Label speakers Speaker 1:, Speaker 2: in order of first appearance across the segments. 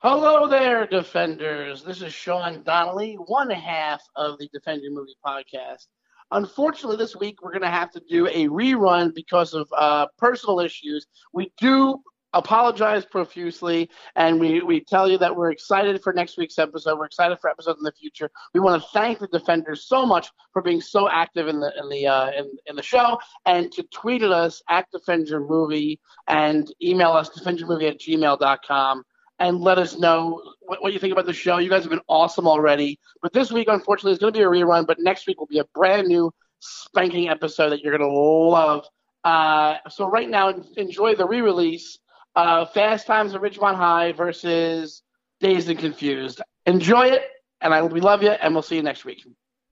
Speaker 1: Hello there, Defenders. This is Sean Donnelly, one half of the Defender Movie Podcast. Unfortunately, this week we're going to have to do a rerun because of uh, personal issues. We do apologize profusely, and we, we tell you that we're excited for next week's episode. We're excited for episodes in the future. We want to thank the Defenders so much for being so active in the in the uh, in, in the show and to tweet at us at Defender Movie and email us defendermovie at gmail.com and let us know what, what you think about the show. You guys have been awesome already. But this week, unfortunately, it's going to be a rerun. But next week will be a brand new spanking episode that you're going to love. Uh, so right now, en- enjoy the re-release of Fast Times at Ridgemont High versus Dazed and Confused. Enjoy it, and I, we love you, and we'll see you next week.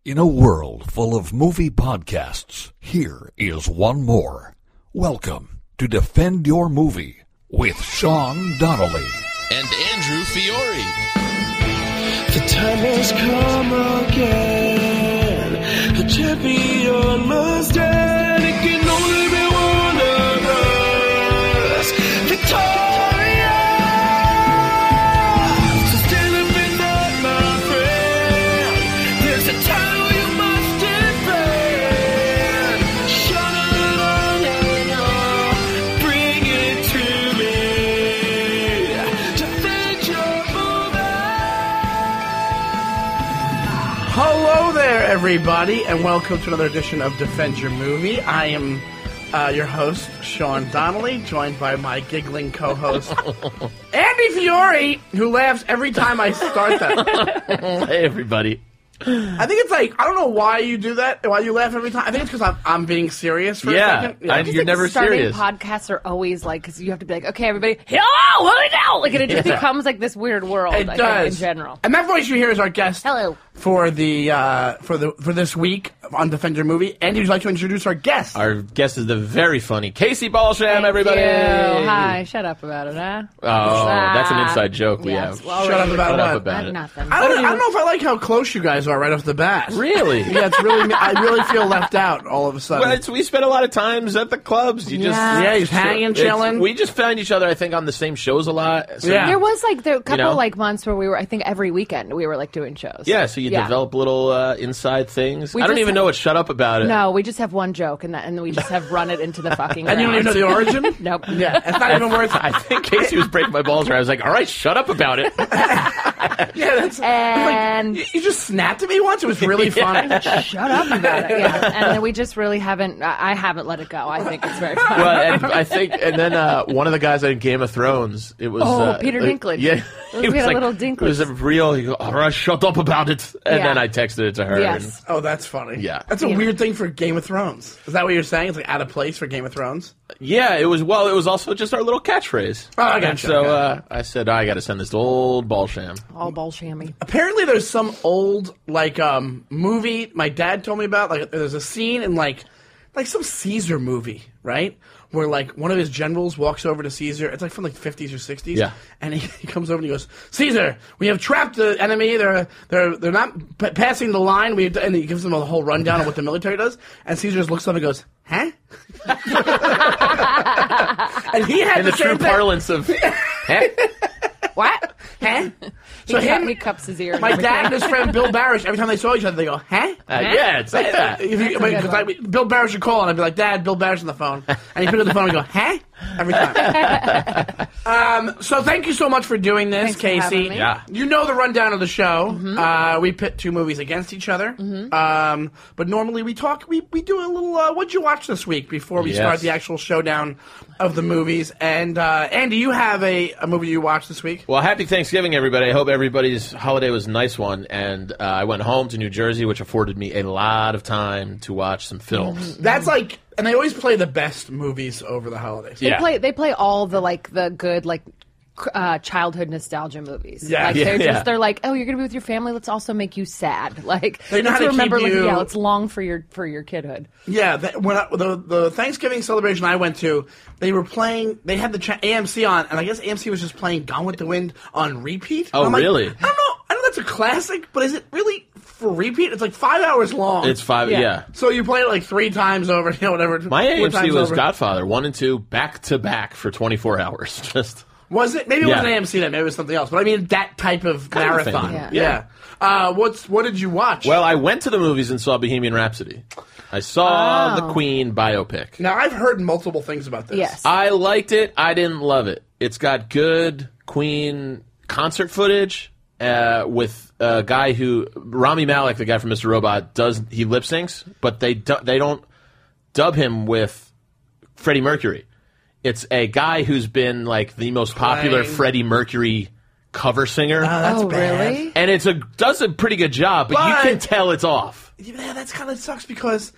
Speaker 2: In a world full of movie podcasts, here is one more. Welcome to Defend Your Movie with Sean Donnelly.
Speaker 3: and Andrew Fiore.
Speaker 4: The time has come again. The champion must end. It can only be one of us. Victoria! So stand up and fight, my friend. There's a title you must defend. Shut it on and on. Bring it to me. Defend your movement.
Speaker 1: Hello there, everybody, and welcome to another edition of Defend Your Movie. I am uh, your host, Sean Donnelly, joined by my giggling co host, Andy Fiore, who laughs every time I start that.
Speaker 5: Hey, everybody.
Speaker 1: I think it's like, I don't know why you do that, why you laugh every time. I think it's because I'm, I'm being serious for a
Speaker 5: Yeah,
Speaker 1: second.
Speaker 5: I-
Speaker 6: just
Speaker 5: you're
Speaker 6: think
Speaker 5: never
Speaker 6: starting
Speaker 5: serious.
Speaker 6: Podcasts are always like because you have to be like, okay, everybody, hello, what do we know? Like, and it just
Speaker 5: Yeah.
Speaker 6: becomes like this weird world.
Speaker 1: It
Speaker 6: I
Speaker 1: does.
Speaker 6: think, in general.
Speaker 1: And that voice you hear is our guest
Speaker 6: Hello.
Speaker 1: for the uh, for the for this week on Defend Your Movie. Andy, would you like to introduce our guest?
Speaker 5: Our guest is the very funny Casey Balsham, everybody.
Speaker 6: Ew, hi, shut up about it, huh?
Speaker 5: Oh, that's an inside joke we
Speaker 6: Yes,
Speaker 5: have.
Speaker 6: well,
Speaker 1: Shut up
Speaker 6: already-
Speaker 1: about
Speaker 5: Shut
Speaker 1: what?
Speaker 5: up about it.
Speaker 6: nothing.
Speaker 1: I don't, I don't know if I like how close you guys are right off the bat.
Speaker 5: Really?
Speaker 1: Yeah, it's really. I really feel left out all of a sudden.
Speaker 5: Well, it's, we spend a lot of times at the clubs. You just
Speaker 6: Yeah.
Speaker 1: Yeah, he's hanging,
Speaker 5: It's-
Speaker 1: chilling.
Speaker 5: We just find each other, I think, on the same shows a lot. So-
Speaker 1: Yeah.
Speaker 6: There was like there a couple
Speaker 5: know?
Speaker 6: like months where we were. I think every weekend we were like doing shows.
Speaker 5: yeah. So you develop little uh, inside things.
Speaker 6: We
Speaker 5: I don't
Speaker 6: just
Speaker 5: even
Speaker 6: ha-
Speaker 5: know what shut up about it.
Speaker 6: No, we just have one joke and that, and then we just have run it into the fucking.
Speaker 1: and you don't even know the origin.
Speaker 6: Nope.
Speaker 1: Yeah, it's not even worth.
Speaker 5: I think Casey was breaking my balls. Where I was like, "All right, shut up about it."
Speaker 1: Yeah, that's.
Speaker 6: And
Speaker 1: You just snapped at me once. It was really funny.
Speaker 6: shut up about it. Yeah. And then we just really haven't. I I haven't let it go. I think it's very funny.
Speaker 5: well, and I think, and then uh, one of the guys in Game of Thrones, it was
Speaker 6: Oh,
Speaker 5: uh,
Speaker 6: Peter
Speaker 5: uh,
Speaker 6: Dinklage.
Speaker 5: Yeah,
Speaker 6: We
Speaker 5: he
Speaker 6: had a
Speaker 5: like-
Speaker 6: little Dinklage.
Speaker 5: It was a real. He go, All right, shut up about it. And
Speaker 6: Yeah.
Speaker 5: then I texted it to her.
Speaker 6: yes.
Speaker 1: Oh, that's funny.
Speaker 5: Yeah.
Speaker 1: that's a
Speaker 6: Yeah.
Speaker 1: weird thing for Game of Thrones. Is that what you're saying? It's like out of place for Game of Thrones.
Speaker 5: And, yeah, it was. Well, it was also just our little catchphrase.
Speaker 1: Oh, I gotcha,
Speaker 5: And so
Speaker 1: okay.
Speaker 5: uh, I said, I got to send this to old Balsham.
Speaker 6: All ball shammy.
Speaker 1: Apparently, there's some old like um movie my dad told me about. Like, there's a scene in like like some Caesar movie, right? Where like one of his generals walks over to Caesar. It's like from like 50s or 60s.
Speaker 5: Yeah.
Speaker 1: And he, he comes over and he goes, Caesar, we have trapped the enemy. They're they're they're not p- passing the line. We have to-" and he gives them a whole rundown of what the military does. And Caesar just looks up and goes, huh? and he had
Speaker 5: In
Speaker 1: the,
Speaker 5: the true
Speaker 1: same thing.
Speaker 5: parlance of. uh, Huh?
Speaker 6: What?
Speaker 1: Huh?
Speaker 6: He,
Speaker 1: So
Speaker 6: cut-
Speaker 1: him-
Speaker 6: he cups his ear. and
Speaker 1: My
Speaker 6: everything.
Speaker 1: dad and his friend Bill Barish, every time they saw each other, they go, huh?
Speaker 5: Uh, yeah, it's like that.
Speaker 1: If you,
Speaker 6: a good
Speaker 1: because I, Bill Barrett would call, and I'd be like, Dad, Bill Barrett's on the phone. And he'd pick up the phone and go, huh? Every time. um, so thank you so much for doing this,
Speaker 6: Thanks for
Speaker 1: Casey.
Speaker 6: having me. Mm-hmm.
Speaker 5: Yeah.
Speaker 1: You know the rundown of the show. Uh, we pit two movies against each other. Um, but normally we talk, we, we do a little, uh, what'd you watch this week before we
Speaker 5: Yes.
Speaker 1: start the actual showdown of the movies. And uh, Andy, you have a, a movie you watched this week?
Speaker 5: Well, happy Thanksgiving, everybody. I hope everybody's holiday was a nice one. And uh, I went home to New Jersey, which afforded me a lot of time to watch some
Speaker 6: Mm-hmm.
Speaker 5: films.
Speaker 1: That's like, and they always play the best movies over the holidays.
Speaker 6: They
Speaker 5: Yeah.
Speaker 6: play. They play all the like the good like. c- Uh, childhood nostalgia movies.
Speaker 1: Yeah,
Speaker 6: like,
Speaker 5: yeah,
Speaker 6: they're just
Speaker 5: yeah.
Speaker 6: they're like, oh, you're gonna be with your family. Let's also make you sad. Like,
Speaker 1: They know
Speaker 6: let's
Speaker 1: how to
Speaker 6: remember,
Speaker 1: keep
Speaker 6: like,
Speaker 1: you-
Speaker 6: yeah, let's long for your for your kidhood.
Speaker 1: Yeah, that, when I, the the Thanksgiving celebration I went to, they were playing. They had the cha- AMC on, and I guess AMC was just playing "Gone with the Wind" on repeat.
Speaker 5: Oh,
Speaker 1: I'm like, I
Speaker 5: really?
Speaker 1: don't know. I know that's a classic, but is it really for repeat? It's like five hours long.
Speaker 5: It's five.
Speaker 6: Yeah.
Speaker 5: yeah.
Speaker 1: so you play it like three times over, you know, whatever.
Speaker 5: My
Speaker 1: four
Speaker 5: AMC
Speaker 1: times
Speaker 5: was
Speaker 1: over.
Speaker 5: Godfather one and two back to back for 24 hours. Just
Speaker 7: Was it? Maybe
Speaker 5: Yeah.
Speaker 7: it wasn't AMC then. Maybe it was something else. But I mean that type of
Speaker 5: of
Speaker 7: marathon.
Speaker 5: thing.
Speaker 7: yeah.
Speaker 6: Yeah.
Speaker 7: Uh, what's what did you watch?
Speaker 5: Well, I went to the movies and saw Bohemian Rhapsody. I saw
Speaker 6: Oh.
Speaker 5: the Queen biopic.
Speaker 7: now I've heard multiple things about this.
Speaker 6: Yes.
Speaker 5: I liked it. I didn't love it. It's got good Queen concert footage uh, with a guy who Rami Malek, the guy from Mr. Robot, does he lip syncs, but they du- they don't dub him with Freddie Mercury. It's a guy who's been like the most popular
Speaker 7: Playing.
Speaker 5: Freddie Mercury cover singer,
Speaker 1: Uh,
Speaker 6: oh,
Speaker 7: bad.
Speaker 6: really?
Speaker 5: and it's a does a pretty good job, but,
Speaker 7: But-
Speaker 5: you can tell it's off.
Speaker 7: Yeah, that's kind of sucks because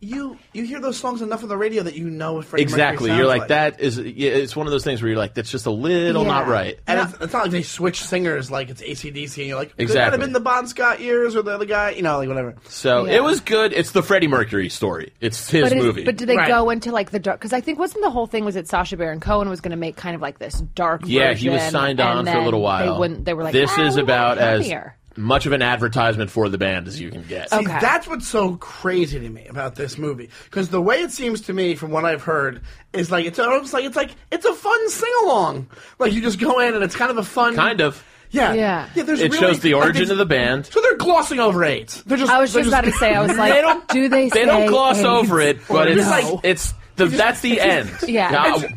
Speaker 7: you you hear those songs enough on the radio that you know what Freddie Mercury
Speaker 5: Exactly. You're
Speaker 7: sounds
Speaker 5: like, that is yeah, it's one of those things where you're like that's just a little
Speaker 6: Yeah.
Speaker 5: not right.
Speaker 7: And it's, it's not like they switch singers like it's ACDC and you're like, exactly. could have
Speaker 5: Exactly.
Speaker 7: been the Bon Scott years or the other guy, you know, like whatever.
Speaker 5: So
Speaker 6: Yeah.
Speaker 5: it was good. It's the Freddie Mercury story. It's his
Speaker 6: But, is-
Speaker 5: movie.
Speaker 6: but do they
Speaker 7: Right.
Speaker 6: go into like the dark? Because I think wasn't the whole thing was that Sasha Baron Cohen was going to make kind of like this dark.
Speaker 5: yeah, he was
Speaker 6: version,
Speaker 5: signed
Speaker 6: and
Speaker 5: on for a
Speaker 6: then
Speaker 5: little while.
Speaker 6: They wouldn't. They were like,
Speaker 5: this
Speaker 6: "Ah,
Speaker 5: is
Speaker 6: we want
Speaker 5: about as
Speaker 6: happier."
Speaker 5: much of an advertisement for the band as you can get.
Speaker 7: See,
Speaker 6: Okay.
Speaker 7: that's what's so crazy to me about this movie because the way it seems to me, from what I've heard, is like it's almost like it's like it's a fun sing along. Like you just go in and it's kind of a fun
Speaker 5: Kind of.
Speaker 7: Yeah,
Speaker 6: Yeah.
Speaker 7: yeah there's
Speaker 5: It
Speaker 7: really-
Speaker 5: shows the
Speaker 7: like,
Speaker 5: origin
Speaker 7: it's-
Speaker 5: of the band.
Speaker 7: So they're glossing over AIDS. They're just.
Speaker 6: I was
Speaker 7: they're
Speaker 6: just about to say. I was like,
Speaker 5: They don't-
Speaker 6: do they?
Speaker 5: They don't
Speaker 6: say
Speaker 5: gloss
Speaker 6: AIDS?
Speaker 5: over it, but
Speaker 6: or
Speaker 5: it's
Speaker 6: no?
Speaker 5: it's the that's the end.
Speaker 6: Yeah.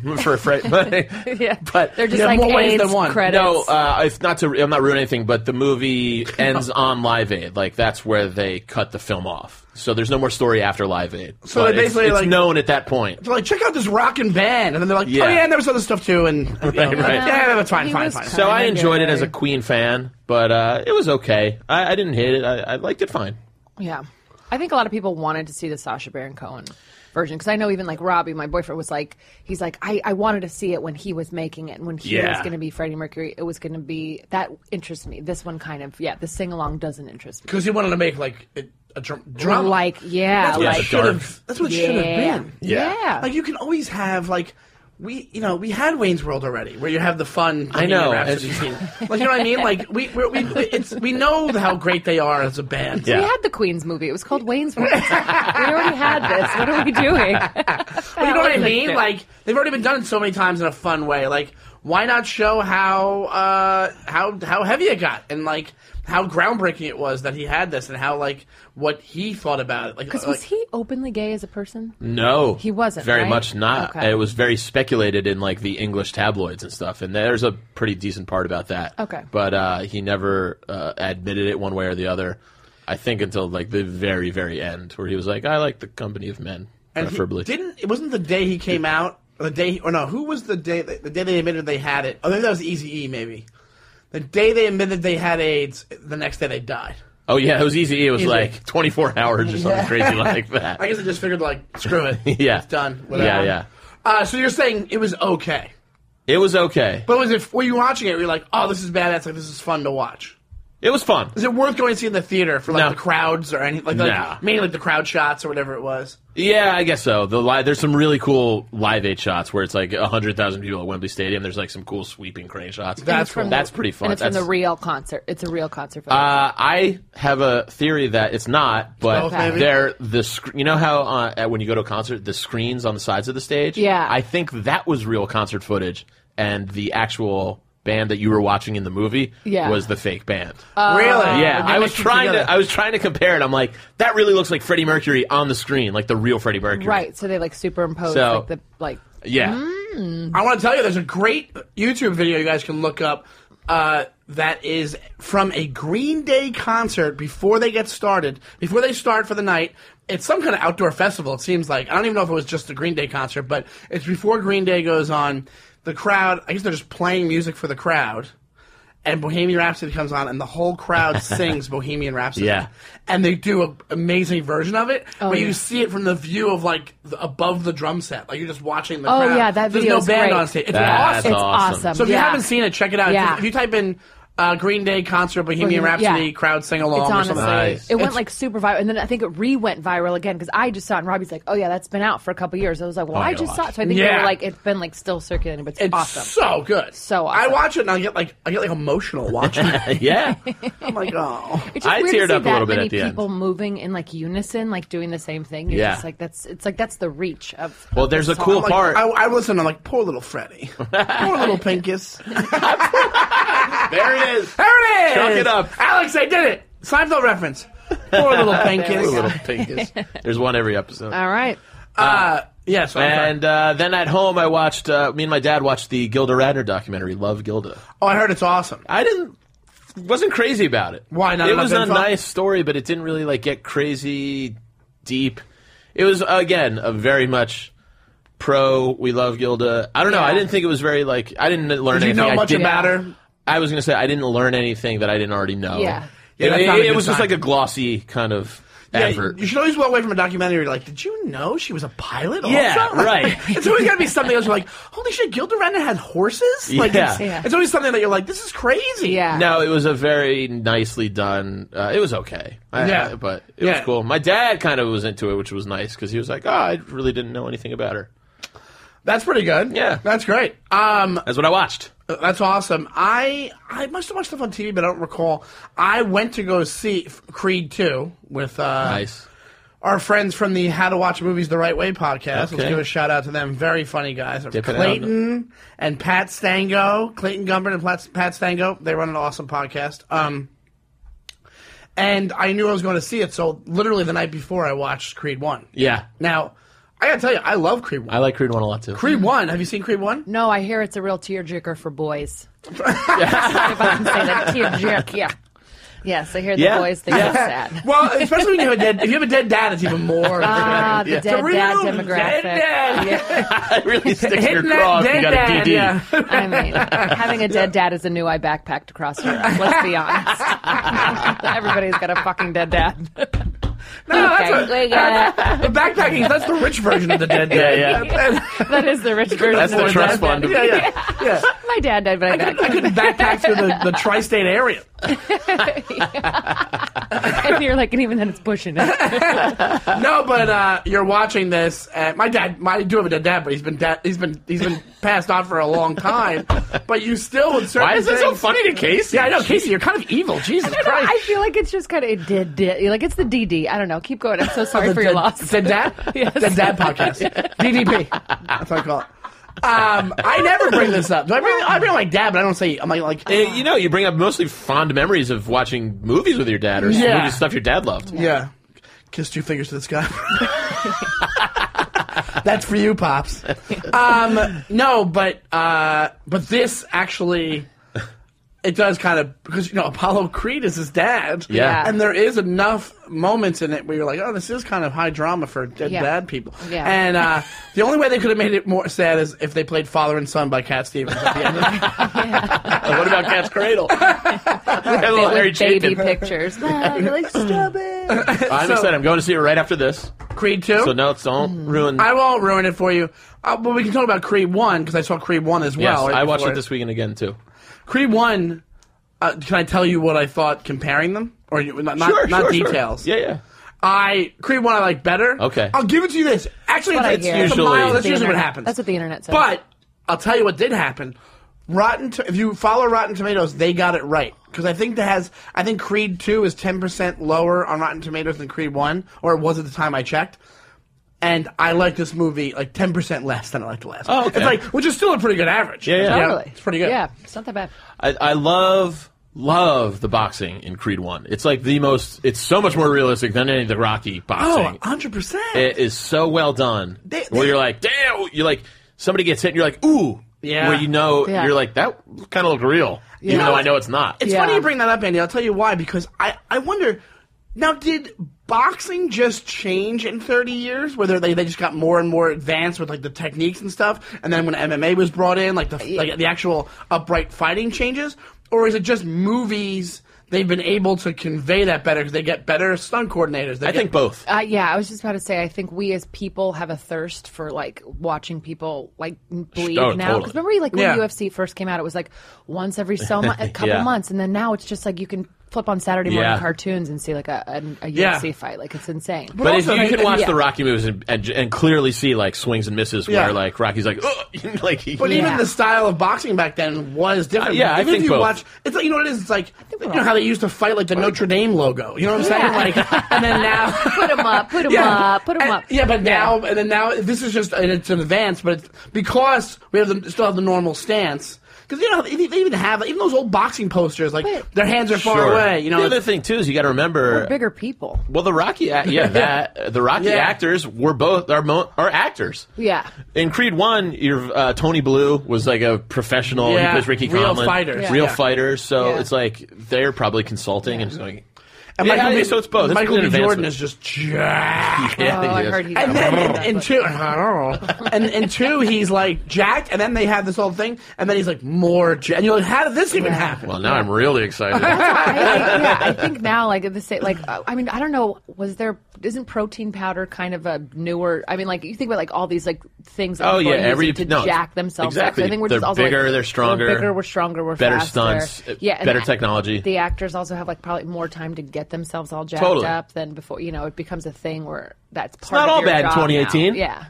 Speaker 5: Now, for a Fred, but,
Speaker 6: yeah.
Speaker 5: but
Speaker 6: they're just
Speaker 7: Yeah,
Speaker 6: like
Speaker 7: more ways
Speaker 6: AIDS
Speaker 7: than one.
Speaker 6: credits.
Speaker 5: No, uh, it's not to. I'm not ruining anything, but the movie ends on Live Aid. Like that's where they cut the film off. So there's no more story after Live Aid.
Speaker 7: So
Speaker 5: But
Speaker 7: they
Speaker 5: it's-
Speaker 7: basically,
Speaker 5: it's,
Speaker 7: like-
Speaker 5: known at that point.
Speaker 7: They're like, check out this rockin' band, and then they're like, oh
Speaker 5: Yeah.
Speaker 7: yeah, and there was other stuff too, and you know,
Speaker 5: Right, right.
Speaker 7: yeah, that's fine,
Speaker 6: He
Speaker 7: fine,
Speaker 6: was
Speaker 7: fine.
Speaker 5: So I
Speaker 6: Kinda
Speaker 5: enjoyed it
Speaker 6: gay.
Speaker 5: as a Queen fan, but uh, it was okay. I, I didn't hate it. I, I liked it fine.
Speaker 6: Yeah. I think a lot of people wanted to see the Sasha Baron Cohen version because I know even like Robbie, my boyfriend, was like, he's like, I, I wanted to see it when he was making it and when he
Speaker 5: Yeah.
Speaker 6: was going to be Freddie Mercury. It was going to be that interests me. This one kind of, yeah, the sing along doesn't interest me.
Speaker 7: because he wanted to make like a, a dr- drama.
Speaker 6: Like, yeah,
Speaker 7: that's what
Speaker 5: Yeah,
Speaker 7: it
Speaker 6: like,
Speaker 7: should
Speaker 5: dark.
Speaker 7: have. That's what it should
Speaker 6: yeah,
Speaker 7: have been.
Speaker 5: Yeah.
Speaker 6: yeah.
Speaker 7: Like you can always have like we you know we had Wayne's World already where you have the fun. Bohemian
Speaker 5: know,
Speaker 7: Rhapsody
Speaker 5: it's-
Speaker 7: scene. like you know what I mean? Like we we're, we it's we know how great they are as a band.
Speaker 5: Yeah.
Speaker 6: We had the Queen's movie. It was called Wayne's World. It's like, we already had this. What are we doing?
Speaker 7: But you know what I mean?
Speaker 6: Yeah.
Speaker 7: Like they've already been done it so many times in a fun way. Like why not show how uh, how how heavy it got and like how groundbreaking it was that he had this and how like what he thought about it. Like
Speaker 6: Because
Speaker 7: like,
Speaker 6: was he openly gay as a person?
Speaker 5: No, he
Speaker 6: wasn't,
Speaker 5: very
Speaker 6: right?
Speaker 5: much not.
Speaker 6: Okay.
Speaker 5: It was very speculated in like the English tabloids and stuff. And there's a pretty decent part about that.
Speaker 6: Okay.
Speaker 5: but uh, he never uh, admitted it one way or the other. I think until like the very very end, where he was like, "I like the company of men."
Speaker 7: And he
Speaker 5: preferably,
Speaker 7: didn't it wasn't the day he came out or the day or no who was the day the day they admitted they had it? Oh, maybe that was Easy E. Maybe the day they admitted they had AIDS. The next day they died.
Speaker 5: Oh yeah, it was easy. It was
Speaker 7: Easy.
Speaker 5: like 24 hours or something crazy like that.
Speaker 7: I guess I just figured like screw it.
Speaker 5: yeah,
Speaker 7: it's done.
Speaker 5: Yeah,
Speaker 7: Whatever.
Speaker 5: yeah.
Speaker 7: Uh, so you're saying it was okay,
Speaker 5: It was okay.
Speaker 7: but was it? Were you watching it? Were you like, oh, this is badass. Like this is fun to watch.
Speaker 5: It was fun.
Speaker 7: Is it worth going to see in the theater for like
Speaker 5: No.
Speaker 7: the crowds or anything? Like, like
Speaker 5: Nah.
Speaker 7: mainly like the crowd shots or whatever it was.
Speaker 5: Yeah, I guess so. The live, there's some really cool live eight shots where it's like hundred thousand people at Wembley Stadium. There's like some cool sweeping crane shots.
Speaker 7: That's from cool.
Speaker 5: that's pretty fun.
Speaker 6: And it's from
Speaker 5: That's-
Speaker 6: the real concert. It's a real concert. Film.
Speaker 5: Uh, I have a theory that it's not, but
Speaker 7: Both, maybe?
Speaker 5: they're the sc- you know how uh, at- when you go to a concert, the screens on the sides of the stage.
Speaker 6: Yeah.
Speaker 5: I think that was real concert footage, and the actual band that you were watching in the movie
Speaker 6: Yeah. Uh,
Speaker 5: was the fake band.
Speaker 7: really?
Speaker 5: yeah,
Speaker 7: Like, they
Speaker 5: I was
Speaker 7: mixed it
Speaker 5: trying
Speaker 7: together.
Speaker 5: to I was trying to compare it. I'm like, that really looks like Freddie Mercury on the screen, like the real Freddie Mercury.
Speaker 6: Right. Mm-hmm. So they like superimpose
Speaker 5: So-
Speaker 6: like the like.
Speaker 5: Yeah.
Speaker 7: I want to tell you, there's a great YouTube video you guys can look up uh, that is from a Green Day concert before they get started, before they start for the night. It's some kind of outdoor festival, it seems like. I don't even know if it was just a Green Day concert, but it's before Green Day goes on. The crowd, I guess they're just playing music for the crowd. And Bohemian Rhapsody comes on, and the whole crowd sings Bohemian Rhapsody.
Speaker 5: Yeah.
Speaker 7: And they do an amazing version of it, but
Speaker 6: yeah.
Speaker 7: you see it from the view of like the, above the drum set. Like you're just watching the
Speaker 6: Oh,
Speaker 7: crowd.
Speaker 6: yeah, that
Speaker 7: There's
Speaker 6: video
Speaker 7: no
Speaker 6: is
Speaker 7: band
Speaker 6: great.
Speaker 7: on stage. It's
Speaker 5: That's
Speaker 7: awesome.
Speaker 6: It's awesome.
Speaker 5: awesome.
Speaker 7: So if you
Speaker 6: Yeah.
Speaker 7: haven't seen it, check it out.
Speaker 6: Yeah.
Speaker 7: Just- If you type in uh, Green Day concert, Bohemian
Speaker 6: Bohemian-
Speaker 7: Rhapsody
Speaker 6: yeah.
Speaker 7: crowd sing along
Speaker 6: It's
Speaker 7: or
Speaker 6: honestly,
Speaker 7: something.
Speaker 5: Nice.
Speaker 6: it went like super viral, and then I think it re went viral again because I just saw it. And Robbie's like, "Oh yeah, that's been out for a couple years." I was like, "Well,
Speaker 5: Oh,
Speaker 6: I just saw it," so I think they
Speaker 7: Yeah.
Speaker 6: were like, "It's been like still circulating, but it's,
Speaker 7: It's
Speaker 6: awesome."
Speaker 7: so good.
Speaker 6: So
Speaker 7: I
Speaker 6: awesome.
Speaker 7: watch it and I get like I get like emotional watching it.
Speaker 5: yeah.
Speaker 7: I'm like, oh.
Speaker 6: It's just
Speaker 5: I
Speaker 6: weird to
Speaker 5: teared
Speaker 6: see
Speaker 5: up a
Speaker 6: that
Speaker 5: little bit
Speaker 6: many
Speaker 5: at the end.
Speaker 6: people moving in like unison, like doing the same thing. You're
Speaker 5: Yeah.
Speaker 6: just like that's it's like that's the reach of.
Speaker 5: Well,
Speaker 6: of the
Speaker 5: there's a
Speaker 6: song.
Speaker 5: cool
Speaker 7: Like,
Speaker 5: part.
Speaker 7: I, I listen. I'm like, poor little Freddie, poor little Pinkus.
Speaker 5: there it is.
Speaker 7: There it is.
Speaker 5: Chuck it up.
Speaker 7: Alex. I did it. Seinfeld reference. Poor little Pinkus.
Speaker 5: Little pinkus. There's one every episode.
Speaker 6: All right.
Speaker 7: Uh, yes. I'm sorry.
Speaker 5: And uh, then at home, I watched. Uh, me and my dad watched the Gilda Radner documentary, Love Gilda.
Speaker 7: oh, I heard it's awesome.
Speaker 5: I didn't wasn't crazy about it.
Speaker 7: Why not
Speaker 5: It
Speaker 7: enough
Speaker 5: was a
Speaker 7: info?
Speaker 5: nice story, but it didn't really like get crazy deep. It was again a very much pro. We love Gilda. I don't know. I
Speaker 6: Yeah.
Speaker 5: didn't think it was very like. I didn't learn
Speaker 7: Did you
Speaker 5: anything.
Speaker 7: know
Speaker 5: I
Speaker 7: much
Speaker 5: didn't-
Speaker 7: about her?
Speaker 5: I was gonna say I didn't learn anything that I didn't already know.
Speaker 6: Yeah.
Speaker 7: Yeah,
Speaker 5: It-
Speaker 7: that's
Speaker 5: it,
Speaker 7: not a
Speaker 5: it
Speaker 7: good
Speaker 5: was just
Speaker 7: sign.
Speaker 5: like a glossy kind of
Speaker 7: Yeah,
Speaker 5: effort.
Speaker 7: you should always walk away from a documentary like, did you know she was a pilot?
Speaker 5: Yeah,
Speaker 7: also? Like,
Speaker 5: right.
Speaker 7: it's always got to be something else. You're like, holy shit, Gilda Radner had horses. Like,
Speaker 5: Yeah.
Speaker 7: It's,
Speaker 6: Yeah.
Speaker 7: it's always something that you're like, this is crazy.
Speaker 6: Yeah.
Speaker 5: No, it was a very nicely done. Uh, it was okay. I-
Speaker 7: Yeah.
Speaker 5: I- but it
Speaker 7: Yeah.
Speaker 5: was cool. My dad kind of was into it, which was nice because he was like, "Oh, I really didn't know anything about her."
Speaker 7: that's pretty good.
Speaker 5: Yeah.
Speaker 7: that's great. Um,
Speaker 5: That's what I watched.
Speaker 7: that's awesome. I I must have watched stuff on TV, but I don't recall. I went to go see F- Creed two with uh,
Speaker 5: Nice.
Speaker 7: our friends from the How to Watch Movies the Right Way podcast. Let's
Speaker 5: Okay.
Speaker 7: give a shout out to them. Very funny guys.
Speaker 5: Dip it
Speaker 7: Clayton and Pat Stango. Clayton Gumbert and Pat, Pat Stango. They run an awesome podcast. Um, and I knew I was going to see it, so literally the night before I watched Creed 1.
Speaker 5: Yeah,
Speaker 7: Now, I got to tell you, I love Creed 1.
Speaker 5: I like Creed One a lot too.
Speaker 7: Creed 1. Have you seen Creed 1?
Speaker 6: No, I hear it's a real tearjerker for boys. Sorry if I can say that tearjerk. Yeah. Yes, I hear the
Speaker 5: Yeah.
Speaker 6: boys think it's sad.
Speaker 7: Well, especially when you have a dead, if you have a dead dad, it's even more.
Speaker 6: Ah, the
Speaker 5: Yeah.
Speaker 6: dead
Speaker 7: Real
Speaker 6: dad
Speaker 7: dead
Speaker 6: demographic.
Speaker 7: dad.
Speaker 5: It really sticks
Speaker 7: Hitting
Speaker 5: your
Speaker 7: that
Speaker 5: craw if
Speaker 7: dead
Speaker 5: you got a
Speaker 7: dad,
Speaker 5: DD.
Speaker 7: yeah.
Speaker 6: I mean, having a dead dad is a new eye backpack to cross around. Let's be honest. Everybody's got a fucking dead dad.
Speaker 7: No, that's
Speaker 6: Okay,
Speaker 7: what-
Speaker 6: we got it.
Speaker 7: the backpacking, that's the rich version of the dead dad.
Speaker 5: Yeah,
Speaker 6: That is the rich version.
Speaker 5: That's
Speaker 6: of
Speaker 5: the
Speaker 6: a
Speaker 5: trust
Speaker 6: dead dad.
Speaker 5: fund.
Speaker 7: yeah, yeah. yeah.
Speaker 6: My dad died, but I got
Speaker 7: I couldn't backpack through the, the tri-state area.
Speaker 6: And you're like, and even then it's pushing it.
Speaker 7: No, but uh, you're watching this. Uh, my dad, my, I do have a dead dad, but he's been dead. he's been he's been passed on for a long time. But you still would certain
Speaker 5: Why is it so
Speaker 7: things-
Speaker 5: funny to Casey?
Speaker 7: Yeah, I know, Casey, you're kind of evil. Jesus Christ.
Speaker 6: I feel like it's just kind of it did, did like it's the DD. I don't know. Keep going. I'm so sorry for your
Speaker 7: dead-
Speaker 6: loss.
Speaker 7: Dead dad?
Speaker 6: Yes.
Speaker 7: Dead dad podcast. DDP. That's what I call it. Um, I never bring this up. Do I bring I bring like dad, but I don't say I'm like like
Speaker 5: Uh, you know, you bring up mostly fond memories of watching movies with your dad or
Speaker 7: Yeah.
Speaker 5: movies stuff your dad loved.
Speaker 7: Yeah. Kiss two fingers to the sky. That's for you, pops. Um, no, but uh, but this actually it does kind of because you know Apollo Creed is his dad.
Speaker 5: Yeah.
Speaker 7: and there is enough moments in it where you're like, oh, this is kind of high drama for dead
Speaker 6: Yeah.
Speaker 7: dad people.
Speaker 6: Yeah.
Speaker 7: and uh, the only way they could have made it more sad is if they played Father and Son by Cat Stevens at the end. Of it.
Speaker 5: Uh, what about Cat's Cradle?
Speaker 7: Oh,
Speaker 5: Little Harry
Speaker 6: with baby
Speaker 5: Chapin.
Speaker 6: pictures. Ah, you're like, stop it.
Speaker 5: I'm
Speaker 7: So-
Speaker 5: excited. I'm going to see it right after this.
Speaker 7: Creed two.
Speaker 5: So no, don't ruin.
Speaker 7: I won't ruin it for you, uh, but we can talk about Creed one because I saw Creed one as
Speaker 5: yes,
Speaker 7: well. right
Speaker 5: I watched
Speaker 7: before
Speaker 5: it this weekend again too.
Speaker 7: Creed one. Uh, can I tell you what I thought comparing them, or you- not? Not,
Speaker 5: Sure,
Speaker 7: not
Speaker 5: sure, sure.
Speaker 7: details.
Speaker 5: Yeah, yeah.
Speaker 7: I Creed one I like better.
Speaker 5: Okay.
Speaker 7: I'll give it to you this. Actually,
Speaker 6: what I
Speaker 7: it's,
Speaker 6: hear.
Speaker 7: it's
Speaker 5: Usually-
Speaker 7: a mile, that's
Speaker 5: The
Speaker 7: usually what
Speaker 6: internet-
Speaker 7: happens.
Speaker 6: That's what the internet says.
Speaker 7: but I'll tell you what did happen. Rotten. To- if you follow Rotten Tomatoes, they got it right because I think that has. I think Creed two is ten percent lower on Rotten Tomatoes than Creed one, or it was at the time I checked. And I like this movie like ten percent less than I liked the last.
Speaker 5: Oh,
Speaker 7: one.
Speaker 5: okay.
Speaker 7: It's like which is still a pretty good average.
Speaker 5: Yeah, yeah.
Speaker 7: You know,
Speaker 6: totally.
Speaker 7: it's pretty good.
Speaker 6: Yeah, it's not that bad.
Speaker 5: I, I love love the boxing in Creed One. It's like the most. It's so much more realistic than any of the Rocky boxing.
Speaker 7: Oh, 100%.
Speaker 5: it is so well done.
Speaker 7: They-
Speaker 5: where
Speaker 7: they-
Speaker 5: you're like, damn, you're like somebody gets hit, and you're like, ooh.
Speaker 7: Yeah.
Speaker 5: Where you know
Speaker 6: Yeah.
Speaker 5: you're like that kind of looked real, even
Speaker 7: know
Speaker 5: though
Speaker 7: what?
Speaker 5: I know it's not.
Speaker 7: It's
Speaker 6: Yeah.
Speaker 7: funny you bring that up, Andy. I'll tell you why. Because I, I wonder now, did boxing just change in 30 years? Whether they, they just got more and more advanced with like the techniques and stuff, and then when MMA was brought in, like the like the actual upright fighting changes, or is it just movies? they've been able to convey that better because they get better stunt coordinators. They
Speaker 5: I
Speaker 7: get-
Speaker 5: think both.
Speaker 6: Uh, yeah, I was just about to say. I think we as people have a thirst for like watching people like bleed
Speaker 5: Oh,
Speaker 6: now.
Speaker 5: totally.
Speaker 6: Because remember, like when
Speaker 7: Yeah.
Speaker 6: UFC first came out, it was like once every so mu- a couple
Speaker 5: Yeah.
Speaker 6: months, and then now it's just like you can flip on Saturday
Speaker 5: Yeah.
Speaker 6: morning cartoons and see like a, a, a
Speaker 7: Yeah.
Speaker 6: UFC fight. Like it's insane.
Speaker 5: But
Speaker 7: also,
Speaker 5: if you
Speaker 7: they-
Speaker 5: can watch
Speaker 6: yeah.
Speaker 5: the Rocky movies and, and, and clearly see like swings and misses
Speaker 7: Yeah.
Speaker 5: where like Rocky's like, Ugh! like he,
Speaker 7: But even
Speaker 6: Yeah.
Speaker 7: the style of boxing back then was different.
Speaker 5: Uh, yeah, I
Speaker 7: even
Speaker 5: think
Speaker 7: if you
Speaker 5: both.
Speaker 7: watch, it's like you know what it is. It's like
Speaker 6: think
Speaker 7: you
Speaker 6: we're
Speaker 7: know
Speaker 6: all-
Speaker 7: how they used to fight like the Notre Dame logo. You know what I'm saying?
Speaker 6: Yeah.
Speaker 7: Like, and then now.
Speaker 6: Put 'em up, put 'em up, put 'em
Speaker 7: And-
Speaker 6: up.
Speaker 7: Yeah, but now and then now this is just and it's an advance, but it's because we have the, still have the normal stance. Because you know they they even have even those old boxing posters like
Speaker 6: But-
Speaker 7: their hands are far
Speaker 5: Sure.
Speaker 7: away. You know,
Speaker 5: the other
Speaker 7: it's-
Speaker 5: thing too is you got to remember
Speaker 6: We're bigger people.
Speaker 5: Well, the Rocky, act- yeah, that the Rocky
Speaker 7: Yeah.
Speaker 5: actors were both are mo- are actors.
Speaker 6: Yeah.
Speaker 5: In Creed One, your uh, Tony Blue was like a professional. He
Speaker 7: Yeah,
Speaker 5: plays Ricky
Speaker 7: real
Speaker 5: Conlon,
Speaker 7: fighters.
Speaker 5: real
Speaker 7: Yeah.
Speaker 5: fighters. So
Speaker 6: Yeah. Oh,
Speaker 5: it's like they're probably consulting and just going.
Speaker 7: and
Speaker 5: yeah,
Speaker 7: Michael B.
Speaker 5: so it's both. It's
Speaker 7: Michael
Speaker 5: an
Speaker 7: B.
Speaker 5: advancement.
Speaker 7: Jordan is just jacked.
Speaker 5: Yeah,
Speaker 6: oh, I
Speaker 5: is.
Speaker 6: heard he.
Speaker 7: And then in two, I don't know. And in two, he's like jacked, and then they have this whole thing, and then he's like more jacked. And you're like, how did this even
Speaker 6: Yeah.
Speaker 7: happen?
Speaker 5: Well, now I'm really excited.
Speaker 6: I, I- yeah, I think now, like the same, like uh, I mean, I don't know. Was there isn't protein powder kind of a newer? I mean, like you think about like all these like things. That
Speaker 5: Oh,
Speaker 6: people are
Speaker 5: yeah, every-
Speaker 6: using to
Speaker 5: no, it's-
Speaker 6: jack themselves. up.
Speaker 5: exactly.
Speaker 6: So I think we're
Speaker 5: They're
Speaker 6: just also, like,
Speaker 5: bigger, they're stronger,
Speaker 6: We're bigger. We're stronger. We're
Speaker 5: better
Speaker 6: faster.
Speaker 5: stunts, uh,
Speaker 6: Yeah, and
Speaker 5: better
Speaker 6: the-
Speaker 5: technology.
Speaker 6: The actors also have like probably more time to get themselves all jacked
Speaker 5: Totally.
Speaker 6: up than before. You know, it becomes a thing where that's part
Speaker 5: not
Speaker 6: of
Speaker 5: all
Speaker 6: your
Speaker 5: bad in
Speaker 6: job
Speaker 5: 2018.
Speaker 6: Now. Yeah,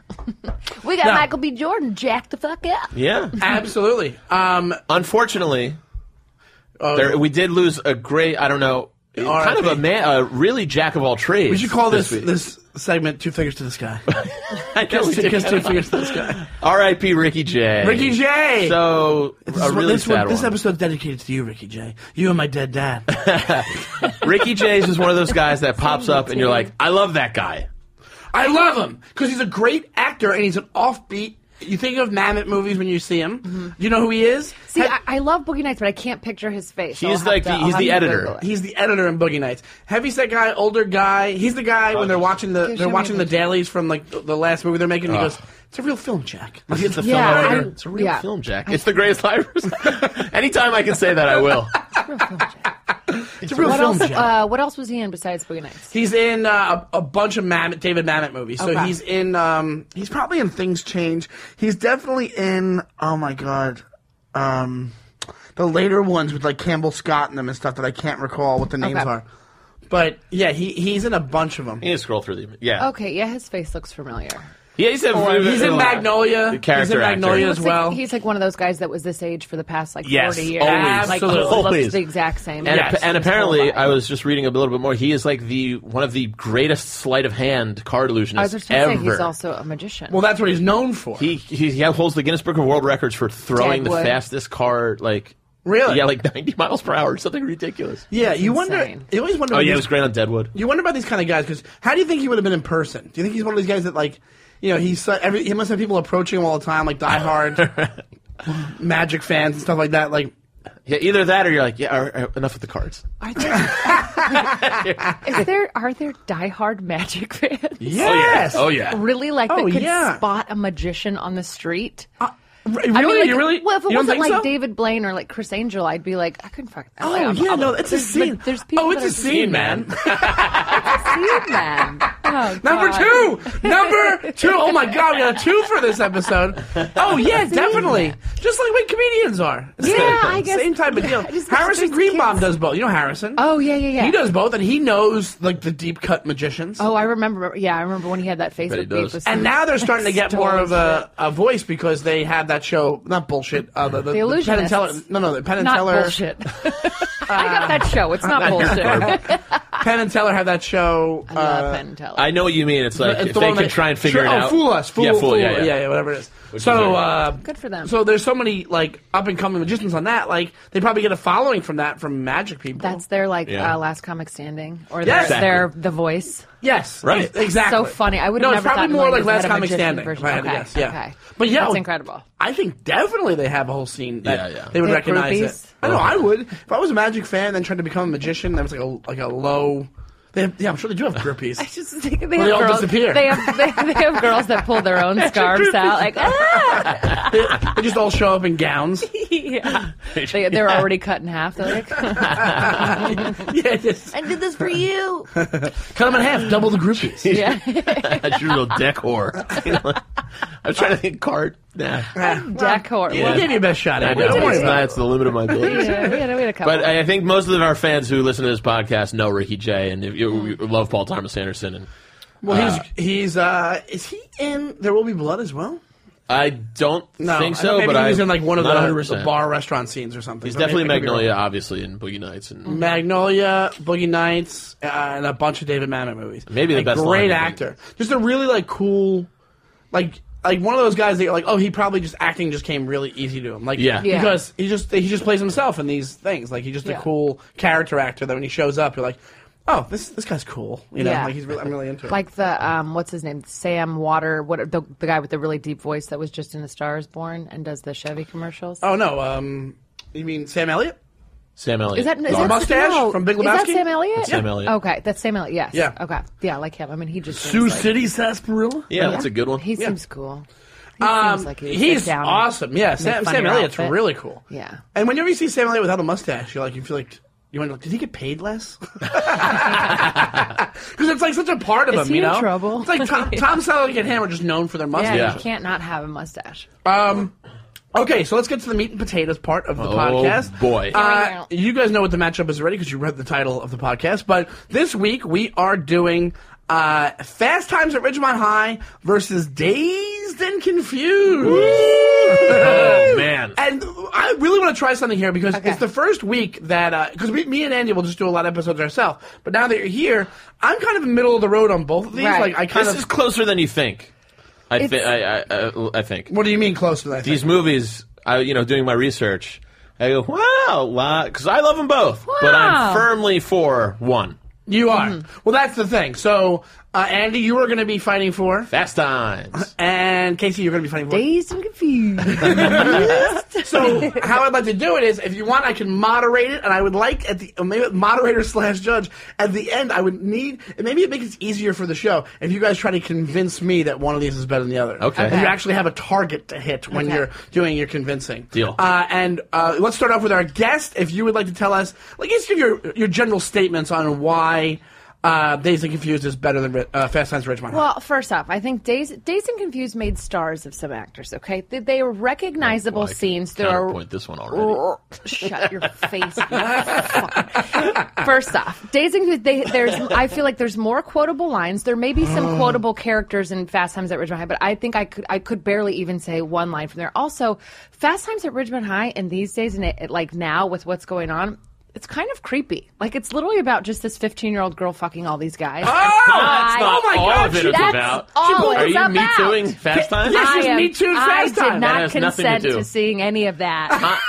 Speaker 6: we got
Speaker 7: No.
Speaker 6: Michael B. Jordan jacked the fuck up.
Speaker 5: yeah.
Speaker 7: Absolutely. Oh. Um,
Speaker 5: Unfortunately, there, we did lose a great. I don't know. Kind of
Speaker 7: RIP.
Speaker 5: a man, a really jack of all trades.
Speaker 7: we should call this
Speaker 5: week.
Speaker 7: this segment Two Fingers to the Sky.
Speaker 5: I know we
Speaker 7: Just
Speaker 5: did.
Speaker 7: just Two Fingers to the Sky.
Speaker 5: R.I.P. Ricky J.
Speaker 7: Ricky Jay!
Speaker 5: So a
Speaker 7: This,
Speaker 5: really
Speaker 7: this,
Speaker 5: sad
Speaker 7: this
Speaker 5: one.
Speaker 7: episode's dedicated to you, Ricky Jay. You and my dead dad.
Speaker 5: Ricky Jay's is one of those guys that pops up and you're like, I love that guy.
Speaker 7: I love him because he's a great actor and he's an offbeat. You think of Mammoth movies when you see him. You know who he is?
Speaker 6: See,
Speaker 7: Have-
Speaker 6: I, I love Boogie Nights, but I can't picture his face.
Speaker 5: He's
Speaker 6: I'll have
Speaker 5: like
Speaker 6: to-
Speaker 5: the-
Speaker 6: I'll
Speaker 5: he's
Speaker 6: have
Speaker 5: the
Speaker 6: to
Speaker 5: editor.
Speaker 6: Google it.
Speaker 7: He's the editor in Boogie Nights. Heavyset guy, older guy. He's the guy
Speaker 5: Oh,
Speaker 7: when they're watching the
Speaker 6: Give
Speaker 7: they're
Speaker 6: me
Speaker 7: watching
Speaker 6: a
Speaker 7: the
Speaker 6: picture.
Speaker 7: dailies from like the the last movie they're making. And he goes, "It's a real film, Jack."
Speaker 5: He's the
Speaker 6: Yeah,
Speaker 5: film
Speaker 6: I-
Speaker 5: editor. It's a real
Speaker 6: yeah.
Speaker 5: film, Jack. It's the greatest life. Anytime I can say that, I will.
Speaker 7: It's a real
Speaker 6: What
Speaker 7: film,
Speaker 6: else?
Speaker 7: Jack.
Speaker 6: Uh, what else was he in besides Boogie Nights?
Speaker 7: He's in uh, a, a bunch of Mamet, David Mamet movies. So
Speaker 6: Okay.
Speaker 7: he's in. Um, he's probably in Things Change. He's definitely in. Oh my god, um, the later ones with like Campbell Scott in them and stuff that I can't recall what the names
Speaker 6: Okay.
Speaker 7: are. But yeah, he he's in a bunch of them.
Speaker 5: You need to scroll through the yeah.
Speaker 6: Okay, yeah, his face looks familiar.
Speaker 5: Yeah, he's, a,
Speaker 7: He's in Magnolia.
Speaker 5: The character
Speaker 7: he's in Magnolia
Speaker 5: actor.
Speaker 7: as
Speaker 6: Looks like-
Speaker 7: well.
Speaker 6: he's like one of those guys that was this age for the past like
Speaker 5: Yes,
Speaker 6: forty years.
Speaker 5: always,
Speaker 6: like,
Speaker 7: absolutely.
Speaker 6: He
Speaker 5: Always.
Speaker 6: looks the exact same.
Speaker 5: And, and
Speaker 6: Yes. His whole
Speaker 5: apparently,
Speaker 6: life.
Speaker 5: I was just reading a little bit more. He is like the one of the greatest sleight of hand card illusionists
Speaker 6: I was just
Speaker 5: ever.
Speaker 6: going to say he's also a magician.
Speaker 7: well, that's what he's known for.
Speaker 5: he, he he holds the Guinness Book of World Records for throwing the
Speaker 6: Dagwood.
Speaker 5: fastest card like
Speaker 7: Really?
Speaker 5: yeah like 90 miles per hour something ridiculous.
Speaker 7: yeah, you wonder.
Speaker 6: insane.
Speaker 7: You always wonder.
Speaker 5: Oh
Speaker 7: when
Speaker 5: yeah, it
Speaker 7: these-
Speaker 5: was great on Deadwood.
Speaker 7: You wonder about these kind of guys because how do you think he would have been in person? Do you think he's one of these guys that like, you know, he's so- every, he must have people approaching him all the time, like diehard Magic fans and stuff like that. Like,
Speaker 5: Yeah, either that or you're like, yeah, all right, all right, enough with the cards.
Speaker 6: are there, is there are there diehard magic fans?
Speaker 7: yes,
Speaker 5: Oh yeah.
Speaker 6: Really, like
Speaker 7: Oh,
Speaker 6: that could
Speaker 7: yeah. Uh,
Speaker 6: spot a magician on the street?
Speaker 7: really?
Speaker 6: I mean, like,
Speaker 7: you really?
Speaker 6: Well, if it
Speaker 7: you don't
Speaker 6: wasn't
Speaker 7: think
Speaker 6: like
Speaker 7: so?
Speaker 6: David Blaine or like Chris Angel, I'd be like, I couldn't fuck.
Speaker 7: Oh
Speaker 6: like, I'm-
Speaker 7: yeah,
Speaker 6: I'm-
Speaker 7: no, it's a
Speaker 6: there's- but
Speaker 7: scene.
Speaker 6: There's people
Speaker 7: oh, it's
Speaker 6: that are
Speaker 7: a scene, man.
Speaker 6: Scene, man. Oh,
Speaker 7: Number
Speaker 6: God.
Speaker 7: two, number two. Oh my God, we got a two for this episode. Oh yeah, definitely. Just like when comedians are. It's the
Speaker 6: Yeah,
Speaker 7: same,
Speaker 6: I guess-
Speaker 7: Same type of deal.
Speaker 6: I just-
Speaker 7: Harrison
Speaker 6: there's kids.
Speaker 7: Greenbaum does both. You know Harrison.
Speaker 6: Oh yeah, yeah, yeah.
Speaker 7: He does both, and he knows like the deep cut magicians.
Speaker 6: Oh, I remember. Yeah, I remember when he had that
Speaker 5: Bet he
Speaker 6: Facebook
Speaker 5: does.
Speaker 6: beef. With
Speaker 7: And
Speaker 6: some-
Speaker 7: now they're starting to get more of a,
Speaker 6: Stories,
Speaker 7: a voice because they have that show, not bullshit, uh, the, the,
Speaker 6: The
Speaker 7: Penn and
Speaker 6: Illusionists.
Speaker 7: Teller, no, no, the Penn and
Speaker 6: not
Speaker 7: Teller,
Speaker 6: bullshit. I got that show. It's not bullshit.
Speaker 7: Penn and Teller have that show.
Speaker 6: I
Speaker 7: uh,
Speaker 6: love Penn and Teller.
Speaker 5: I know what you mean. It's like
Speaker 7: it's
Speaker 5: if
Speaker 7: the
Speaker 5: they
Speaker 7: one
Speaker 5: can
Speaker 7: that-
Speaker 5: try and figure
Speaker 7: sure,
Speaker 5: it
Speaker 7: oh,
Speaker 5: out.
Speaker 7: Fool us, fool,
Speaker 5: yeah, fool, yeah, yeah.
Speaker 7: whatever it is.
Speaker 5: is
Speaker 7: so
Speaker 5: very-
Speaker 7: uh,
Speaker 6: Good for them.
Speaker 7: So there's so many like up and coming magicians on that. Like they probably get a following from that from magic people.
Speaker 6: That's their like
Speaker 5: Yeah.
Speaker 6: uh, last comic standing, or
Speaker 7: Yes.
Speaker 6: their, their The Voice.
Speaker 7: yes,
Speaker 5: Right.
Speaker 7: exactly.
Speaker 6: So funny. I would
Speaker 7: no,
Speaker 6: have
Speaker 7: it's
Speaker 6: never
Speaker 7: probably
Speaker 6: thought
Speaker 7: more
Speaker 6: Emily was
Speaker 7: like Last
Speaker 6: had a
Speaker 7: Comic
Speaker 6: magician
Speaker 7: Standing.
Speaker 6: version.
Speaker 7: if I had to
Speaker 6: Okay,
Speaker 7: guess, yeah.
Speaker 6: okay.
Speaker 7: But yeah,
Speaker 6: That's incredible.
Speaker 7: I think definitely they have a whole scene that
Speaker 5: Yeah, yeah.
Speaker 7: they would
Speaker 6: They have
Speaker 7: recognize
Speaker 6: groupies?
Speaker 7: it. I know I would. If I was a magic fan, then trying to become a magician, that was like a like a low They have, yeah, I'm sure they do have groupies.
Speaker 6: I just think they
Speaker 7: Well,
Speaker 6: have
Speaker 7: they all
Speaker 6: girls.
Speaker 7: disappear.
Speaker 6: They have they, they have girls that pull their own scarves out. Like ah,
Speaker 7: they, they just all show up in gowns.
Speaker 6: yeah. They, they're already cut in half. They're like,
Speaker 7: yeah, just
Speaker 6: I did this for you.
Speaker 7: cut them in half, double the groupies.
Speaker 6: Yeah,
Speaker 5: That's your real deck whore. You know, I'm trying to think card. Nah.
Speaker 6: decor.
Speaker 5: Yeah.
Speaker 6: Well,
Speaker 7: I gave you a best shot.
Speaker 5: I
Speaker 7: at it.
Speaker 5: know.
Speaker 7: Don't worry
Speaker 5: It's,
Speaker 7: about
Speaker 5: not,
Speaker 7: it.
Speaker 5: it's the limit of my
Speaker 6: we
Speaker 5: abilities.
Speaker 6: had, we had a couple.
Speaker 5: But I I think most of our fans who listen to this podcast know Ricky Jay and if you, you love Paul Thomas Anderson. And
Speaker 7: Well, he's he's uh, is he in? There will be blood as well.
Speaker 5: I don't think so,
Speaker 7: maybe
Speaker 5: but
Speaker 7: he was
Speaker 5: I,
Speaker 7: in like one of
Speaker 5: not
Speaker 7: the,
Speaker 5: 100%.
Speaker 7: the bar restaurant scenes or something.
Speaker 5: He's
Speaker 7: But
Speaker 5: definitely
Speaker 7: maybe I could be wrong.
Speaker 5: Magnolia, obviously, and Boogie Nights, and
Speaker 7: Magnolia, Boogie Nights, uh, and a bunch of David Mamet movies.
Speaker 5: Maybe the
Speaker 7: Like,
Speaker 5: best
Speaker 7: Great
Speaker 5: line, I think.
Speaker 7: actor, just a really like cool, like like one of those guys that you're like, oh, he probably just acting just came really easy to him. Like
Speaker 5: Yeah. Yeah.
Speaker 7: because he just he just plays himself in these things. Like he's just
Speaker 6: Yeah.
Speaker 7: a cool character actor that when he shows up, you're like, oh, this this guy's cool. You know,
Speaker 6: Yeah.
Speaker 7: like he's really, I'm really into it.
Speaker 6: like the um, what's his name? Sam Water. What the, the guy with the really deep voice that was just in A Star Is Born and does the Chevy commercials.
Speaker 7: oh no, um, you mean Sam Elliott?
Speaker 5: Sam Elliott.
Speaker 6: Is that is
Speaker 5: Dog.
Speaker 6: that
Speaker 7: mustache
Speaker 6: no.
Speaker 7: from Big
Speaker 6: Is that
Speaker 7: Lebowski?
Speaker 6: Sam Elliott?
Speaker 5: That's Sam Elliott.
Speaker 6: Okay, that's Sam Elliott. Yes.
Speaker 7: Yeah.
Speaker 6: Okay. Yeah, I like him. I mean, he just
Speaker 7: Sioux
Speaker 6: seems like,
Speaker 7: City Sarsaparilla.
Speaker 5: yeah, that's a good one.
Speaker 6: He
Speaker 7: Yeah.
Speaker 6: seems cool. He
Speaker 7: Um,
Speaker 6: seems like he would sit
Speaker 7: he's
Speaker 6: down and
Speaker 7: awesome. Yeah,
Speaker 6: make
Speaker 7: Sam,
Speaker 6: fun of
Speaker 7: Sam
Speaker 6: your
Speaker 7: Elliott's
Speaker 6: outfit.
Speaker 7: really cool.
Speaker 6: Yeah.
Speaker 7: And whenever you see Sam Elliott without a mustache, you're like, you feel like, you wonder, like, did he get paid less? Because it's like such a part of
Speaker 6: Is
Speaker 7: him,
Speaker 6: he
Speaker 7: you
Speaker 6: in
Speaker 7: know.
Speaker 6: trouble?
Speaker 7: It's like Tom, Tom Selleck and him are just known for their
Speaker 6: Yeah,
Speaker 7: mustache.
Speaker 5: Yeah.
Speaker 6: you can't not have a mustache.
Speaker 7: Um, okay, so let's get to the meat and potatoes part of the
Speaker 5: Oh,
Speaker 7: podcast.
Speaker 5: boy.
Speaker 7: Uh, you guys know what the matchup is already because you read the title of the podcast. But this week we are doing uh, Fast Times at Ridgemont High versus Dazed and Confused.
Speaker 5: Oh, man.
Speaker 7: And I really want to try something here because
Speaker 6: Okay.
Speaker 7: it's the first week that because we, me and Andy will just do a lot of episodes ourselves. But now that you're here, I'm kind of middle of the road on both of these.
Speaker 6: Right.
Speaker 7: Like I kind
Speaker 5: This
Speaker 7: of.
Speaker 5: is closer than you think. I,
Speaker 6: It's-
Speaker 5: thi- I, I, I, I think.
Speaker 7: what do you mean close to that?
Speaker 5: these movies, I you know, doing my research, I go, wow, because I love them both, but I'm
Speaker 6: Wow.
Speaker 5: firmly for one.
Speaker 7: You are. Well, that's the thing. So, uh, Andy, you are going to be fighting for,
Speaker 5: Fast times.
Speaker 7: and Casey, you're going to be fighting for.
Speaker 6: Dazed and confused.
Speaker 7: So, how I'd like to do it is, if you want, I can moderate it, and I would like at the uh, maybe moderator slash judge at the end. I would need, and maybe it makes it easier for the show if you guys try to convince me that one of these is better than the other.
Speaker 5: Okay.
Speaker 7: And you actually have a target to hit when
Speaker 6: Okay.
Speaker 7: you're doing your convincing.
Speaker 5: Deal.
Speaker 7: Uh, and uh, let's start off with our guest. If you would like to tell us, like, just give your your general statements on why. Uh, Dazed and Confused is better than uh, Fast Times at Ridgemont. High.
Speaker 6: well, first off, I think Dazed, Dazed and Confused made stars of some actors, okay? They, they are recognizable
Speaker 5: Well, I can
Speaker 6: scenes. There are Oh,
Speaker 5: counterpoint this one already.
Speaker 6: Shut your face. you fuck. First off, Dazed and Confused, they, there's, I feel like there's more quotable lines. There may be some quotable characters in Fast Times at Ridgemont High, but I think I could I could barely even say one line from there. Also, Fast Times at Ridgemont High, and these days, and it, it, like now with what's going on. It's kind of creepy. Like it's literally about just this fifteen-year-old girl fucking all these guys.
Speaker 5: Oh, that's not
Speaker 6: I-
Speaker 5: all of it it's
Speaker 6: that's
Speaker 5: about.
Speaker 6: all
Speaker 5: Are
Speaker 6: it's
Speaker 5: you
Speaker 6: about.
Speaker 5: me tooing Fast Times?
Speaker 7: Yes,
Speaker 6: I
Speaker 7: she's
Speaker 6: am-
Speaker 7: Me Too
Speaker 6: I
Speaker 7: Fast Times.
Speaker 6: did
Speaker 5: That
Speaker 6: not
Speaker 5: has nothing to
Speaker 6: consent to,
Speaker 5: do.
Speaker 6: seeing any of that.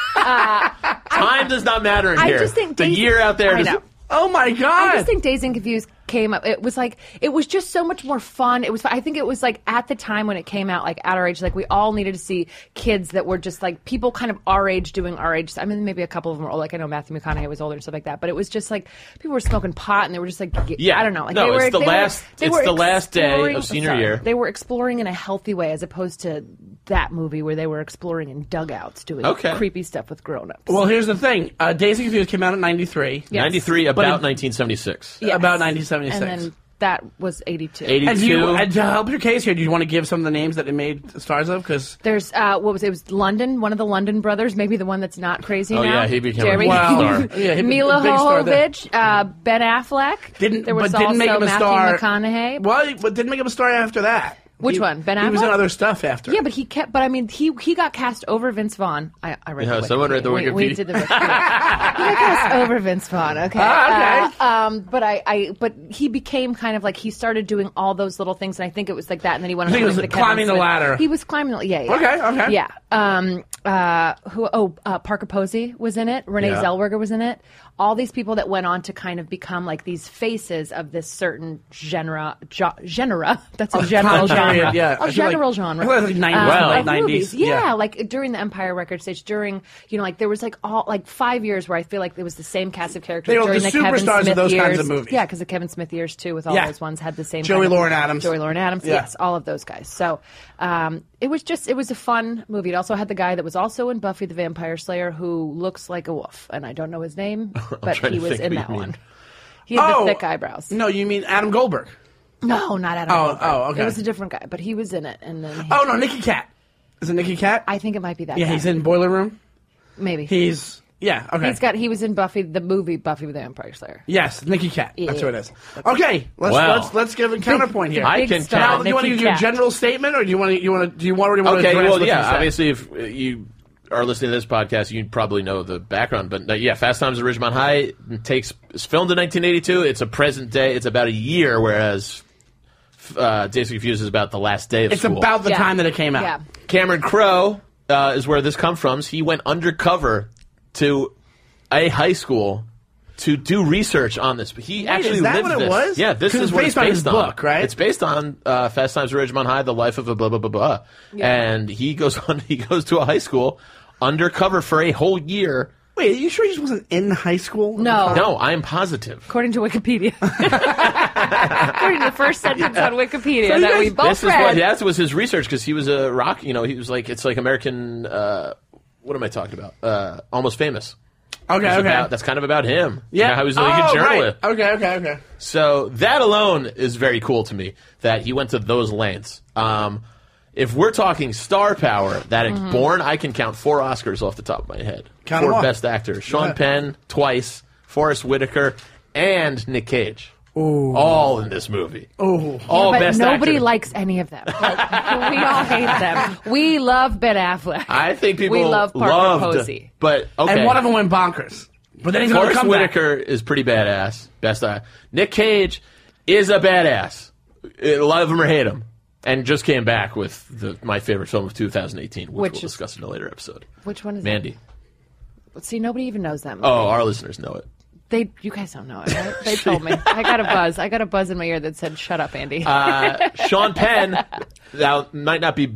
Speaker 5: Time does not matter in
Speaker 6: I
Speaker 5: here.
Speaker 6: just think
Speaker 5: the
Speaker 6: Daisy-
Speaker 5: year out there
Speaker 6: I
Speaker 5: is.
Speaker 6: know.
Speaker 7: Oh my god!
Speaker 6: I just think Days and Confused came up. It was like it was just so much more fun. It was. I think it was like at the time when it came out, like at our age, like we all needed to see kids that were just like people kind of our age doing our age. I mean, maybe a couple of them were old. Like I know Matthew McConaughey was older and stuff like that. But it was just like people were smoking pot and they were just like, get-
Speaker 5: Yeah.
Speaker 6: I don't know. Like
Speaker 5: No,
Speaker 6: they were,
Speaker 5: it's the
Speaker 6: they
Speaker 5: last-
Speaker 6: Were, they
Speaker 5: it's
Speaker 6: were
Speaker 5: the last day of
Speaker 6: exploring-
Speaker 5: senior
Speaker 6: sorry.
Speaker 5: year.
Speaker 6: They were exploring in a healthy way as opposed to that movie where they were exploring in dugouts doing
Speaker 5: Okay.
Speaker 6: creepy stuff with grown-ups.
Speaker 7: Well, here's the thing. Uh, Days and Confused came out in '93,
Speaker 6: Yes.
Speaker 5: 93, about
Speaker 7: it-
Speaker 5: 1976.
Speaker 6: Yes.
Speaker 7: about 1976.
Speaker 6: and then that was 82.
Speaker 5: 82.
Speaker 7: And do you, and to help your case here, do you want to give some of the names that they made stars of? Because
Speaker 6: There's uh, what was it? It was London, one of the London brothers, maybe the one that's not crazy
Speaker 5: Oh,
Speaker 6: now.
Speaker 5: yeah, he became a
Speaker 6: Jeremy.
Speaker 5: big
Speaker 7: Wow.
Speaker 5: star.
Speaker 7: Yeah, he be-
Speaker 6: Mila
Speaker 7: big star there.
Speaker 6: Jovovich, uh, Ben Affleck.
Speaker 7: didn't
Speaker 6: there was
Speaker 7: but didn't
Speaker 6: also
Speaker 7: make him a
Speaker 6: Matthew
Speaker 7: star.
Speaker 6: McConaughey.
Speaker 7: Well, he- but didn't make him a star after that.
Speaker 6: Which
Speaker 7: He-
Speaker 6: one? Ben
Speaker 7: He was in
Speaker 6: Affleck?
Speaker 7: other stuff after.
Speaker 6: Yeah, but he kept. But I mean, he he got cast over Vince Vaughn. I, I read.
Speaker 5: Yeah,
Speaker 6: the
Speaker 5: someone read the
Speaker 6: We, we
Speaker 5: Wikipedia.
Speaker 6: did the Wikipedia. he got cast over Vince Vaughn. Okay.
Speaker 7: Ah, okay.
Speaker 6: Uh, um, but I, I, but he became kind of like he started doing all those little things, and I think it was like that, and then he went. on
Speaker 7: I think
Speaker 6: to
Speaker 7: it was
Speaker 6: make the
Speaker 7: climbing
Speaker 6: Kevin
Speaker 7: the
Speaker 6: Smith-
Speaker 7: ladder.
Speaker 6: He was climbing. the- Yeah. yeah.
Speaker 7: Okay, okay.
Speaker 6: Yeah. Um. Uh. Who? Oh, uh, Parker Posey was in it. Renee
Speaker 5: Yeah.
Speaker 6: Zellweger was in it. All these people that went on to kind of become like these faces of this certain genre, jo- genre. That's a general
Speaker 7: Content.
Speaker 6: genre.
Speaker 7: period,
Speaker 6: Of
Speaker 7: yeah. I feel like-
Speaker 6: general genre.
Speaker 7: Well, like 90s,
Speaker 6: Uh,
Speaker 5: late
Speaker 6: of
Speaker 7: 90s,
Speaker 6: movies.
Speaker 7: yeah.
Speaker 6: Yeah, like during the Empire record stage, during, you know, like there was like all, like five years where I feel like it was the same cast of characters
Speaker 7: They were
Speaker 6: during
Speaker 7: the
Speaker 6: the, Kevin
Speaker 7: superstars of
Speaker 6: Smith
Speaker 7: those kinds
Speaker 6: years.
Speaker 7: of movies.
Speaker 6: Yeah, because the Kevin Smith years too, with all
Speaker 7: Yeah.
Speaker 6: those ones had the same.
Speaker 7: Joey
Speaker 6: kind of-
Speaker 7: Lauren Adams.
Speaker 6: Joey Lauren Adams,
Speaker 7: Yeah.
Speaker 6: yes, all of those guys. So um, it was just, it was a fun movie. It also had the guy that was also in Buffy the Vampire Slayer who looks like a wolf, and I don't know his name, but
Speaker 5: trying
Speaker 6: he
Speaker 5: to
Speaker 6: was
Speaker 5: think
Speaker 6: in
Speaker 5: who you
Speaker 6: that
Speaker 5: mean.
Speaker 6: one. He had
Speaker 7: Oh.
Speaker 6: the thick eyebrows.
Speaker 7: No, you mean Adam Goldberg.
Speaker 6: No, not Adam.
Speaker 7: Oh,
Speaker 6: Goldberg.
Speaker 7: oh, okay.
Speaker 6: It was a different guy, but he was in it, and then he,
Speaker 7: Oh, no, Nicky Cat. Is it Nicky Cat?
Speaker 6: I think it might be that.
Speaker 7: yeah,
Speaker 6: guy.
Speaker 7: he's in Boiler Room.
Speaker 6: Maybe
Speaker 7: He's, yeah, okay.
Speaker 6: he's got. He was in Buffy the movie Buffy the Vampire Slayer.
Speaker 7: Yes, Nicky Cat. That's who it is. Okay, let's
Speaker 5: Wow.
Speaker 7: let's let's give a counterpoint here.
Speaker 5: I
Speaker 6: Big
Speaker 5: can
Speaker 6: star,
Speaker 5: tell.
Speaker 7: Now, do you want to
Speaker 6: Nicky
Speaker 7: use your
Speaker 6: Cat.
Speaker 7: general statement, or do you want to you want to do you want to
Speaker 5: Okay,
Speaker 7: address
Speaker 5: well,
Speaker 7: what you
Speaker 5: yeah,
Speaker 7: said?
Speaker 5: obviously, if uh, you are listening to this podcast, you probably know the background, but uh, yeah, Fast Times at Ridgemont High takes is filmed in 1982. It's a present day. It's about a year, whereas f- uh, Days of Confused is about the last day of
Speaker 7: It's
Speaker 5: school.
Speaker 7: about the
Speaker 6: Yeah.
Speaker 7: time that it came out.
Speaker 6: Yeah.
Speaker 5: Cameron Crowe uh, is where this comes from. He went undercover to a high school to do research on this. He actually
Speaker 7: is that
Speaker 5: lived
Speaker 7: what it
Speaker 5: this.
Speaker 7: was?
Speaker 5: Yeah, this
Speaker 7: 'Cause
Speaker 5: is
Speaker 7: it's
Speaker 5: what
Speaker 7: based
Speaker 5: it's
Speaker 7: on
Speaker 5: based
Speaker 7: his
Speaker 5: on.
Speaker 7: book, right?
Speaker 5: It's based on uh, Fast Times at Ridgemont High, the life of a blah blah blah blah. And he goes on. He goes to a high school undercover for a whole year.
Speaker 7: Wait, are you sure he just wasn't in high school?
Speaker 6: No,
Speaker 5: No, I am positive.
Speaker 6: According to Wikipedia. According to the first sentence on Wikipedia
Speaker 7: So you
Speaker 6: that
Speaker 7: guys-
Speaker 6: we both
Speaker 5: this
Speaker 6: read.
Speaker 5: is what that was his research because he was a rock. You know, he was like it's like American. Uh, what am I talking about? Uh, almost famous.
Speaker 7: Okay,
Speaker 5: It's
Speaker 7: okay.
Speaker 5: about- that's kind of about him. You know, how he's a really
Speaker 7: oh,
Speaker 5: good journalist.
Speaker 7: Right. Okay, okay, okay.
Speaker 5: So that alone is very cool to me that he went to those lengths. Um, if we're talking star power, that it's born, I can count four Oscars off the top of my head.
Speaker 7: Mm-hmm. Count 'em
Speaker 5: four
Speaker 7: off.
Speaker 5: best actors: Sean
Speaker 7: Yeah.
Speaker 5: Penn twice, Forrest Whitaker, and Nick Cage. All in this movie. Ooh. All
Speaker 6: but
Speaker 5: best
Speaker 6: nobody
Speaker 5: actor.
Speaker 6: likes any of them. Like, we all hate them. We love Ben Affleck.
Speaker 5: I think people
Speaker 6: We love Parker
Speaker 5: loved,
Speaker 6: Posey.
Speaker 5: but okay.
Speaker 7: And one of them went bonkers, but then he's going to
Speaker 5: Forrest
Speaker 7: come
Speaker 5: Whitaker is pretty badass. Best I. Nick Cage is a badass. Uh, Love him or hate him. And just came back with the, my favorite film of 2018, which,
Speaker 6: Which
Speaker 5: we'll
Speaker 6: is-
Speaker 5: discuss in a later episode.
Speaker 6: Which one is
Speaker 5: Mandy.
Speaker 6: That? See, nobody even knows that.
Speaker 5: Oh, our listeners know it.
Speaker 6: They, you guys don't know it. Right? They told me. I got a buzz. I got a buzz in my ear that said, "Shut up, Andy."
Speaker 5: Uh, Sean Penn now might not be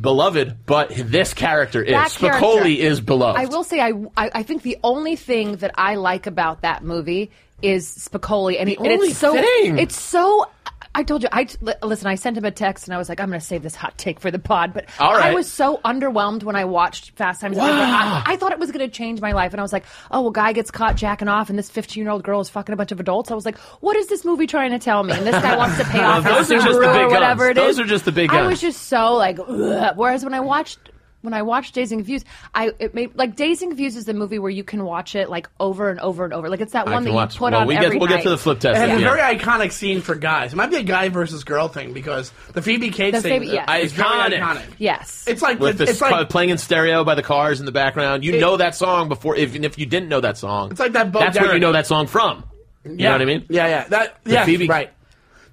Speaker 5: beloved, but this character is.
Speaker 6: That character-
Speaker 5: Spicoli is beloved.
Speaker 6: I will say, I, I I think the only thing that I like about that movie is Spicoli, and, he, and
Speaker 5: only
Speaker 6: it's so
Speaker 5: thing?
Speaker 6: it's so. I told you, I li- listen. I sent him a text, and I was like, "I'm going to save this hot take for the pod." But
Speaker 5: All right.
Speaker 6: I was so underwhelmed when I watched Fast Times. at Ridgemont High. I, I thought it was going to change my life, and I was like, "Oh, a guy gets caught jacking off, and this 15 year old girl is fucking a bunch of adults." I was like, "What is this movie trying to tell me?" And this guy wants to pay off
Speaker 5: Well,
Speaker 6: her
Speaker 5: those are just the
Speaker 6: Subaru
Speaker 5: big
Speaker 6: or
Speaker 5: guns.
Speaker 6: whatever it is.
Speaker 5: Those are just the big
Speaker 6: I was
Speaker 5: guns.
Speaker 6: just just so like ugh. whereas when I watched when I watched Dazed and Confused, I it made like Dazed and Confused is the movie where you can watch it like over and over and over. Like it's that
Speaker 5: I can
Speaker 6: one that you
Speaker 5: watch.
Speaker 6: put
Speaker 5: well,
Speaker 6: on
Speaker 5: we
Speaker 6: every
Speaker 5: get, we'll
Speaker 6: night.
Speaker 5: get to the flip test.
Speaker 7: Back. It
Speaker 5: at
Speaker 7: has
Speaker 5: the
Speaker 7: a
Speaker 5: end.
Speaker 7: very iconic scene for guys. It might be a guy versus girl thing because the Phoebe Cates
Speaker 6: The
Speaker 7: thing
Speaker 6: Phoebe- yes.
Speaker 7: is very
Speaker 5: Iconic.
Speaker 7: iconic.
Speaker 6: yes.
Speaker 7: It's like
Speaker 5: with
Speaker 7: it's,
Speaker 5: this
Speaker 7: it's like
Speaker 5: playing in stereo by the cars in the background. You know that song before, if, and if you didn't know that song,
Speaker 7: It's like that Bo
Speaker 5: That's where
Speaker 7: Derek-
Speaker 5: you know that song from. You know what I mean?
Speaker 7: Yeah, yeah. That yeah,
Speaker 5: Phoebe-
Speaker 7: right.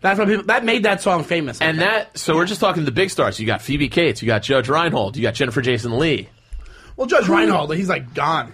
Speaker 7: That's what people that made that song famous. I
Speaker 5: And
Speaker 7: think.
Speaker 5: that, so we're just talking the big stars. You got Phoebe Cates, you got Judge Reinhold, you got Jennifer Jason Lee.
Speaker 7: well, Judge Reinhold, he's like gone.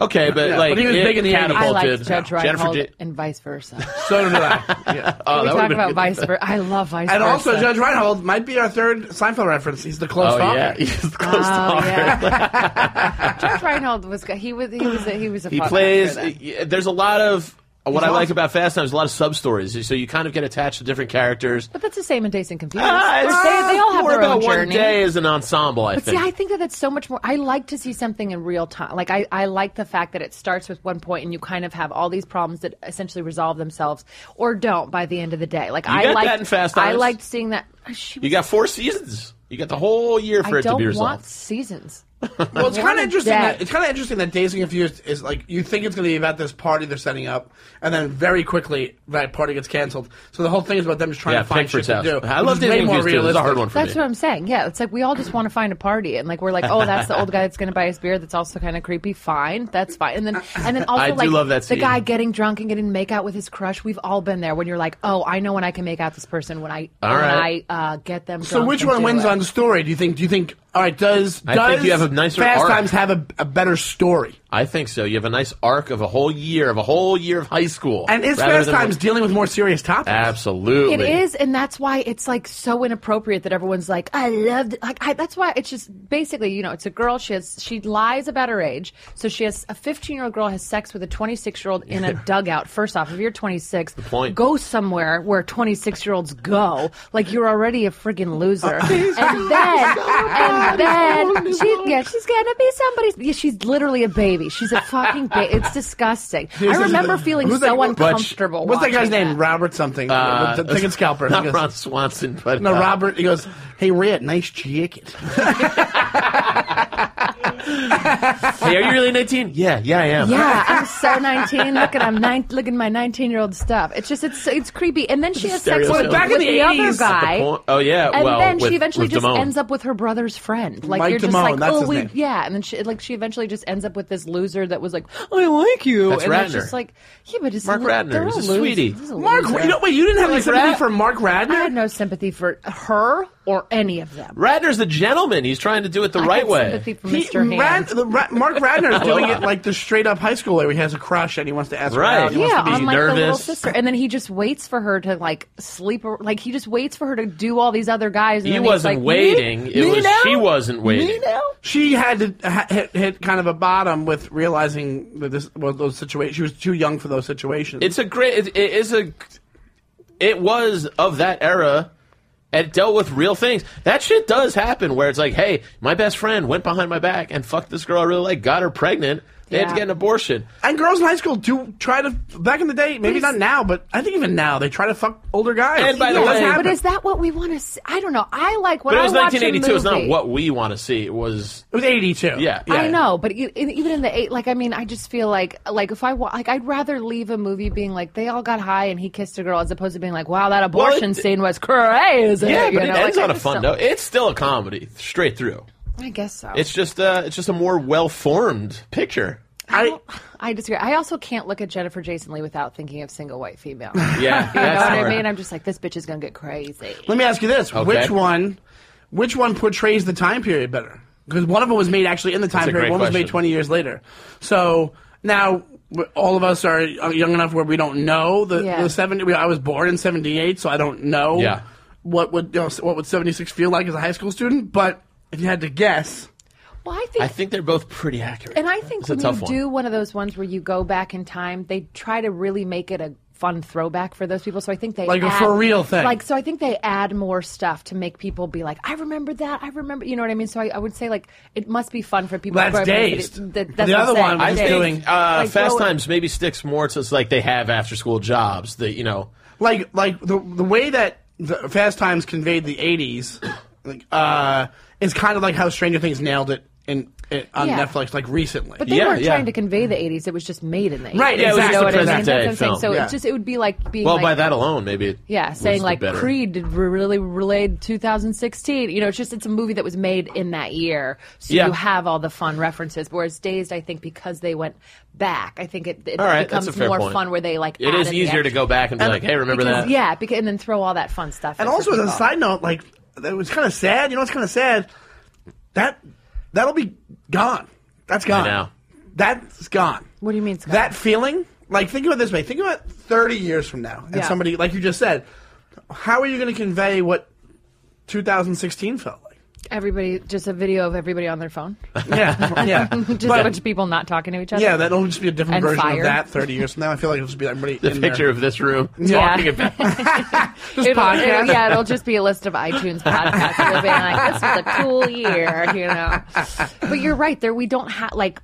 Speaker 5: Okay, but
Speaker 7: Yeah,
Speaker 5: like
Speaker 7: but he was
Speaker 5: it
Speaker 7: big in the 80s.
Speaker 6: I
Speaker 5: catapulted.
Speaker 6: like Judge Reinhold
Speaker 5: Jennifer. Ja-
Speaker 6: and vice versa.
Speaker 7: So did I. Yeah.
Speaker 5: oh,
Speaker 6: we
Speaker 5: that would've
Speaker 6: talk
Speaker 5: been
Speaker 6: about uh,
Speaker 5: good.
Speaker 6: vice versa. I love vice
Speaker 7: and
Speaker 6: versa.
Speaker 7: also, Judge Reinhold might be our third Seinfeld reference. He's the close
Speaker 5: Oh
Speaker 7: talker.
Speaker 5: yeah, he's the close
Speaker 6: Oh,
Speaker 5: talker.
Speaker 6: yeah. Judge Reinhold was good. he was he was a, he was a
Speaker 5: He
Speaker 6: fun
Speaker 5: plays.
Speaker 6: actor then.
Speaker 5: y- There's a lot of what I like
Speaker 7: awesome.
Speaker 5: about Fast Times. A lot of sub stories, so you kind of get attached to different characters.
Speaker 6: But that's the same in Dazed and Confused.
Speaker 5: Ah, it's
Speaker 6: they, they all have
Speaker 5: more
Speaker 6: their
Speaker 5: about
Speaker 6: own journey.
Speaker 5: one day as an ensemble. I
Speaker 6: But
Speaker 5: think.
Speaker 6: see, I think that that's so much more. I like to see something in real time. Like I, I like the fact that it starts with one point and you kind of have all these problems that essentially resolve themselves or don't by the end of the day. Like I
Speaker 5: got
Speaker 6: liked,
Speaker 5: that in Fast
Speaker 6: I
Speaker 5: Times?
Speaker 6: liked seeing that. uh, She
Speaker 5: You
Speaker 6: was-
Speaker 5: got four seasons. You got the whole year for
Speaker 6: I
Speaker 5: it to
Speaker 6: don't
Speaker 5: be resolved.
Speaker 6: want seasons.
Speaker 7: Well, it's kind
Speaker 6: One
Speaker 7: of interesting.
Speaker 6: day.
Speaker 7: That, it's kind of interesting that Days and Confused is like you think it's going to be about this party they're setting up, and then very quickly that party gets canceled. So the whole thing is about them just trying
Speaker 5: yeah,
Speaker 7: to find
Speaker 5: Pickford's
Speaker 7: shit
Speaker 5: house.
Speaker 7: to do.
Speaker 5: I
Speaker 7: which
Speaker 5: love
Speaker 7: is
Speaker 5: Days
Speaker 7: way
Speaker 5: and
Speaker 7: more
Speaker 5: Confused. too. It was a hard one for
Speaker 6: That's
Speaker 5: me.
Speaker 6: what I'm saying. Yeah, it's like we all just want to find a party, and like we're like, oh, that's the old guy that's going to buy us beer. That's also kind of creepy. Fine, that's fine. And then and then also
Speaker 5: I do
Speaker 6: like
Speaker 5: love that
Speaker 6: the
Speaker 5: scene.
Speaker 6: guy getting drunk and getting make out with his crush. We've all been there when you're like, oh, I know when I can make out this person when I
Speaker 5: All
Speaker 6: when
Speaker 5: right.
Speaker 6: I uh, get them.
Speaker 7: So
Speaker 6: drunk
Speaker 7: which
Speaker 6: and
Speaker 7: one
Speaker 6: do
Speaker 7: wins
Speaker 6: it.
Speaker 7: on the story? Do you think? Do you think? All right, does
Speaker 5: I
Speaker 7: does
Speaker 5: think you have a nicer
Speaker 7: Fast
Speaker 5: arc.
Speaker 7: Times have a, a better story?
Speaker 5: I think so. You have a nice arc of a whole year of a whole year of high school,
Speaker 7: And is
Speaker 5: rather
Speaker 7: Fast
Speaker 5: than-
Speaker 7: Times dealing with more serious topics?
Speaker 5: Absolutely,
Speaker 6: It is, and that's why it's like so inappropriate that everyone's like, "I love." Like, I, that's why it's just basically, you know, it's a girl. She has she lies about her age, so she has a 15 year old girl has sex with a 26 year old in a dugout. First off, if you're 26,
Speaker 5: point.
Speaker 6: go somewhere where 26 year olds go. Like you're already a friggin' loser, and then and then she, yeah, she's gonna be somebody's. Yeah, she's literally a baby. She's a fucking baby. It's disgusting. I remember feeling so
Speaker 7: Who's that- what's-
Speaker 6: uncomfortable.
Speaker 7: What's that guy's
Speaker 6: watching
Speaker 7: name? Robert something.
Speaker 5: Uh,
Speaker 7: the ticket scalper. He
Speaker 5: Not
Speaker 7: goes-
Speaker 5: Ron Swanson, but
Speaker 7: no,
Speaker 5: uh,
Speaker 7: Robert. He goes, "Hey, Red, nice jacket."
Speaker 5: Hey, are you really 19? Yeah, yeah, I am.
Speaker 6: Yeah, I'm so 19. Look at I'm nine, look at my 19 year old stuff. It's just it's it's creepy. And then she has sex
Speaker 5: Stereotype.
Speaker 6: with,
Speaker 5: Well, back
Speaker 7: in
Speaker 6: with
Speaker 7: the
Speaker 6: the, other
Speaker 7: 80s,
Speaker 6: guy.
Speaker 5: Point- Oh yeah.
Speaker 6: and
Speaker 5: well,
Speaker 6: then
Speaker 5: with-
Speaker 6: she eventually
Speaker 5: with
Speaker 6: just
Speaker 5: Damone.
Speaker 6: ends up with her brother's friend. Like
Speaker 7: Mike
Speaker 6: you're just
Speaker 7: Damone,
Speaker 6: like,
Speaker 7: that's
Speaker 6: oh
Speaker 7: his
Speaker 6: we,
Speaker 7: name.
Speaker 6: yeah. And then she like she eventually just ends up with this loser that was like, I like you.
Speaker 5: That's
Speaker 6: and it's
Speaker 5: Ratner.
Speaker 6: just like, yeah, but it's
Speaker 5: Mark
Speaker 6: li-
Speaker 5: Ratner.
Speaker 6: they're
Speaker 5: He's
Speaker 6: all
Speaker 5: a
Speaker 6: losers.
Speaker 5: sweetie.
Speaker 6: This is a
Speaker 7: Mark,
Speaker 6: loser.
Speaker 7: you know, wait, you didn't have any sympathy
Speaker 5: Rat-
Speaker 7: for Mark
Speaker 6: I
Speaker 7: Radner?
Speaker 6: had no sympathy for her or any of them.
Speaker 5: Ratner's the gentleman. He's trying to do it the
Speaker 6: I
Speaker 5: right
Speaker 6: had
Speaker 5: way.
Speaker 6: Sympathy for
Speaker 7: He-
Speaker 6: Mr. Hand.
Speaker 7: Rad- the Ra- Mark Radner is doing
Speaker 5: Aloha.
Speaker 7: it like the straight up high schooler. Where he has a crush and he wants to ask her
Speaker 5: Right.
Speaker 7: out. He wants
Speaker 6: yeah,
Speaker 5: to be
Speaker 6: on like the little
Speaker 5: nervous.
Speaker 6: sister, and then he just waits for her to like sleep, or, like he just waits for her to do all these other guys. And
Speaker 5: He
Speaker 6: then he's
Speaker 5: wasn't
Speaker 6: like,
Speaker 5: waiting.
Speaker 6: Me?
Speaker 5: It
Speaker 6: Me
Speaker 5: was
Speaker 6: now?
Speaker 5: she wasn't
Speaker 6: Me
Speaker 5: waiting.
Speaker 6: now?
Speaker 7: she had to ha- hit, hit kind of a bottom with realizing that this well, those situations. She was too young for those situations.
Speaker 5: It's a great. It, it is a. It was of that era. And it dealt with real things. That shit does happen where it's like, hey, my best friend went behind my back and fucked this girl I really like, got her pregnant. They had to
Speaker 6: Yeah.
Speaker 5: get an abortion.
Speaker 7: and girls in high school do try to back in the day. Maybe
Speaker 6: Please.
Speaker 7: not now, but I think even now they try to fuck older guys.
Speaker 5: And by the
Speaker 7: It does
Speaker 5: way-
Speaker 7: happen.
Speaker 6: But is that what we want to? see? I don't know. I like when
Speaker 5: But it was
Speaker 6: I watch
Speaker 5: 1982.
Speaker 6: A
Speaker 5: It's not
Speaker 6: movie-
Speaker 5: what we want to see. It was.
Speaker 7: it was eighty two.
Speaker 5: Yeah.
Speaker 6: I know, but e- in- even in the eight, like I mean, I just feel like like if I wa- like, I'd rather leave a movie being like they all got high and he kissed a girl as opposed to being like, wow, that
Speaker 5: Well, it-
Speaker 6: abortion scene was crazy.
Speaker 5: Yeah,
Speaker 6: you
Speaker 5: but it
Speaker 6: know?
Speaker 5: ends
Speaker 6: like, I
Speaker 5: on a
Speaker 6: just
Speaker 5: fun
Speaker 6: don't-
Speaker 5: note. It's still a comedy, straight through.
Speaker 6: I guess so.
Speaker 5: It's just uh, it's just a more well formed picture.
Speaker 7: I,
Speaker 6: I disagree. I also can't look at Jennifer Jason Lee without thinking of single white female.
Speaker 5: Yeah,
Speaker 6: You know
Speaker 5: that's
Speaker 6: what I
Speaker 5: hard.
Speaker 6: mean? I'm just like, this bitch is gonna get crazy.
Speaker 7: let me ask you this: which one, which one portrays the time period better? Because one of them was made actually in the time
Speaker 5: a
Speaker 7: period.
Speaker 5: great
Speaker 7: One was made
Speaker 5: question.
Speaker 7: twenty years later. So now w- all of us are young enough where we don't know the,
Speaker 6: Yeah.
Speaker 7: the seventy. we- I was born in seventy eight, so I don't know
Speaker 5: Yeah.
Speaker 7: what would you know, what would seventy six feel like as a high school student. But if you had to guess,
Speaker 6: Well, I think,
Speaker 5: I think they're both pretty accurate.
Speaker 6: and I think
Speaker 5: it's a
Speaker 6: when you
Speaker 5: tough one.
Speaker 6: do one of those ones where you go back in time, they try to really make it a fun throwback for those people. So I think they
Speaker 7: Like a
Speaker 6: add-
Speaker 7: for real thing.
Speaker 6: Like so, I think they add more stuff to make people be like, I remember that. I remember. You know what I mean? So I, I would say like it must be fun for people.
Speaker 7: That's
Speaker 6: to go back and-
Speaker 7: Dazed.
Speaker 6: that- that's what
Speaker 7: The
Speaker 6: I'm
Speaker 7: other
Speaker 6: saying,
Speaker 7: one was
Speaker 5: I
Speaker 7: just
Speaker 5: think
Speaker 6: Dazed.
Speaker 7: doing-
Speaker 5: uh,
Speaker 6: Like,
Speaker 5: Fast
Speaker 6: throw it-
Speaker 5: Times maybe sticks more to it's like they have after school jobs. That you know,
Speaker 7: like like the the way that the Fast Times conveyed the '80s, like uh, is kind of like how Stranger Things nailed it in, in on
Speaker 6: Yeah.
Speaker 7: Netflix like recently.
Speaker 6: But they
Speaker 5: Yeah,
Speaker 6: weren't
Speaker 5: yeah.
Speaker 6: trying to convey the 80s. It was just made in the 80s.
Speaker 7: Right,
Speaker 5: Yeah, it was
Speaker 6: You
Speaker 5: just
Speaker 6: know
Speaker 5: a
Speaker 6: what I mean?
Speaker 5: present-day
Speaker 6: That's what I'm saying.
Speaker 5: film.
Speaker 6: So
Speaker 7: Yeah.
Speaker 6: it's just, it would be like being
Speaker 5: well,
Speaker 6: like,
Speaker 5: by that alone, maybe. It
Speaker 6: Yeah,
Speaker 5: was
Speaker 6: saying
Speaker 5: the
Speaker 6: like
Speaker 5: better.
Speaker 6: Creed did re- really relayed 2016. You know, it's just it's a movie that was made in that year, so
Speaker 5: Yeah.
Speaker 6: you have all the fun references. Whereas Dazed, I think because they went back, I think it, it
Speaker 5: All right, that's
Speaker 6: becomes
Speaker 5: a fair
Speaker 6: more
Speaker 5: point.
Speaker 6: fun where they like
Speaker 5: It
Speaker 6: add
Speaker 5: is
Speaker 6: in the
Speaker 5: easier to
Speaker 6: extra-
Speaker 5: go back and be like, hey, remember
Speaker 6: because,
Speaker 5: that?
Speaker 6: Yeah, because and then throw all that fun stuff.
Speaker 7: and
Speaker 6: in for
Speaker 7: also as a
Speaker 6: people.
Speaker 7: side note, like it was kind of sad. You know, it's kind of sad that that'll be gone. That's gone.
Speaker 5: know.
Speaker 7: That's gone.
Speaker 6: What do you mean it's gone?
Speaker 7: That feeling, like think about it this way. Think about 30 years from now, and
Speaker 6: Yeah.
Speaker 7: somebody like you just said, how are you going to convey what 2016 felt like?
Speaker 6: everybody just a video of everybody on their phone,
Speaker 7: Yeah, yeah.
Speaker 6: just a bunch of people not talking to each other.
Speaker 7: Yeah, that'll just be a different
Speaker 6: And
Speaker 7: version
Speaker 6: fire.
Speaker 7: of that 30 years from now. I feel like it'll just be everybody
Speaker 5: The
Speaker 7: in
Speaker 5: picture
Speaker 7: there.
Speaker 5: of this room
Speaker 6: Yeah.
Speaker 5: talking about
Speaker 7: this
Speaker 6: It'll-
Speaker 7: podcast.
Speaker 6: it'll- yeah, it'll just be a list of iTunes podcasts. It'll be like, this was a cool year, you know. But you're right. There, we don't have like.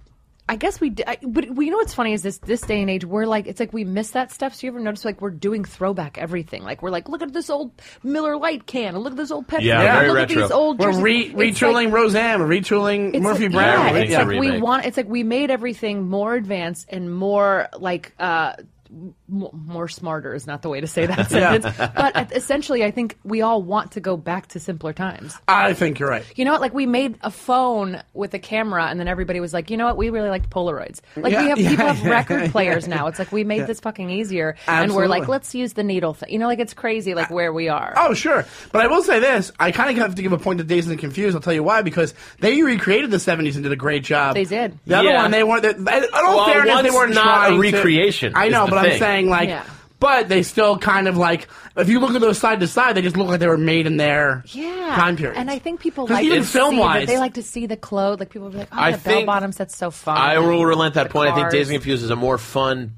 Speaker 6: I guess we, d- I- but we you know what's funny is this this day and age we're like it's like we miss that stuff. So you ever notice like we're doing throwback everything? Like we're like look at this old Miller Lite can, and look at this old Pepsi,
Speaker 5: Yeah,
Speaker 6: can,
Speaker 5: very
Speaker 6: look
Speaker 5: retro.
Speaker 6: at these old.
Speaker 7: We're
Speaker 6: Jersey-
Speaker 7: re-
Speaker 6: It's like-
Speaker 7: retooling Roseanne, we're retooling
Speaker 6: it's
Speaker 7: Murphy
Speaker 6: like-
Speaker 7: Brown.
Speaker 5: Everything's a
Speaker 6: Yeah, it's like we
Speaker 5: remake.
Speaker 6: want. It's like we made everything more advanced and more like uh, m- more smarter is not the way to say that sentence. But at- essentially, I think we all want to go back to simpler times.
Speaker 7: I think you're right.
Speaker 6: You know what? Like we made a phone with a camera, and then everybody was like, "You know what? We really liked Polaroids." Like
Speaker 7: Yeah,
Speaker 6: we have people
Speaker 7: yeah,
Speaker 6: have
Speaker 7: yeah,
Speaker 6: record
Speaker 7: yeah,
Speaker 6: players now. It's like we made
Speaker 7: yeah.
Speaker 6: this fucking easier, and we're like,
Speaker 7: Absolutely.
Speaker 6: "Let's use the needle thing." You know, like it's crazy, like where we are.
Speaker 7: Oh, sure. But I will say this. I kind of have to give a point to Dazed and Confused. I'll tell you why. Because they recreated the 70s and did a great job.
Speaker 6: They did.
Speaker 7: The other
Speaker 5: Yeah.
Speaker 7: one, they weren't. They, I don't
Speaker 5: Well,
Speaker 7: fairness, they
Speaker 5: one's
Speaker 7: weren't
Speaker 5: not a
Speaker 7: trying to-
Speaker 5: recreation,
Speaker 7: I
Speaker 5: is
Speaker 7: know,
Speaker 5: the
Speaker 7: but I'm
Speaker 5: thing.
Speaker 7: saying, like.
Speaker 6: Yeah.
Speaker 7: But they still kind of like if you look at those side to side, they just look like they were made in their
Speaker 6: Yeah,
Speaker 7: time period.
Speaker 6: and I think people
Speaker 7: 'Cause
Speaker 6: like
Speaker 7: even
Speaker 6: to see that-
Speaker 7: film-wise-
Speaker 6: They like to see the clothes. Like people are like, "Oh,
Speaker 5: I
Speaker 6: the
Speaker 5: think-
Speaker 6: bell bottoms. That's so fun."
Speaker 5: I will relent that
Speaker 6: The
Speaker 5: point. I think
Speaker 6: cars.
Speaker 5: Dazed and Confused is a more fun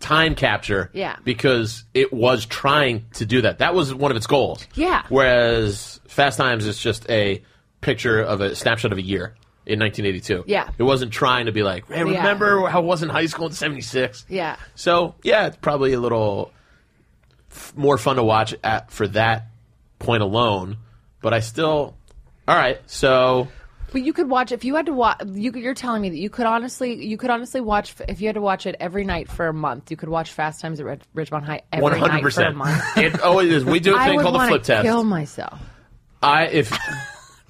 Speaker 5: time capture.
Speaker 6: Yeah.
Speaker 5: Because it was trying to do that. That was one of its goals.
Speaker 6: Yeah.
Speaker 5: Whereas Fast Times is just a picture of a snapshot of a year in 1982.
Speaker 6: Yeah.
Speaker 5: It wasn't trying to be like, hey,
Speaker 6: Yeah.
Speaker 5: remember how I was in high school in 76?
Speaker 6: Yeah.
Speaker 5: So, yeah, it's probably a little f- more fun to watch at, for that point alone. But I still. All right. So.
Speaker 6: But you could watch if you had to watch. You, you're telling me that you could honestly, you could honestly watch if you had to watch it every night for a month. You could watch Fast Times at Rid- Ridgemont High every
Speaker 5: One hundred
Speaker 6: night for a
Speaker 5: percent.
Speaker 6: month.
Speaker 5: It always is. We do a
Speaker 6: I
Speaker 5: thing
Speaker 6: would
Speaker 5: called the
Speaker 6: wanna
Speaker 5: flip test.
Speaker 6: Kill myself.
Speaker 5: I if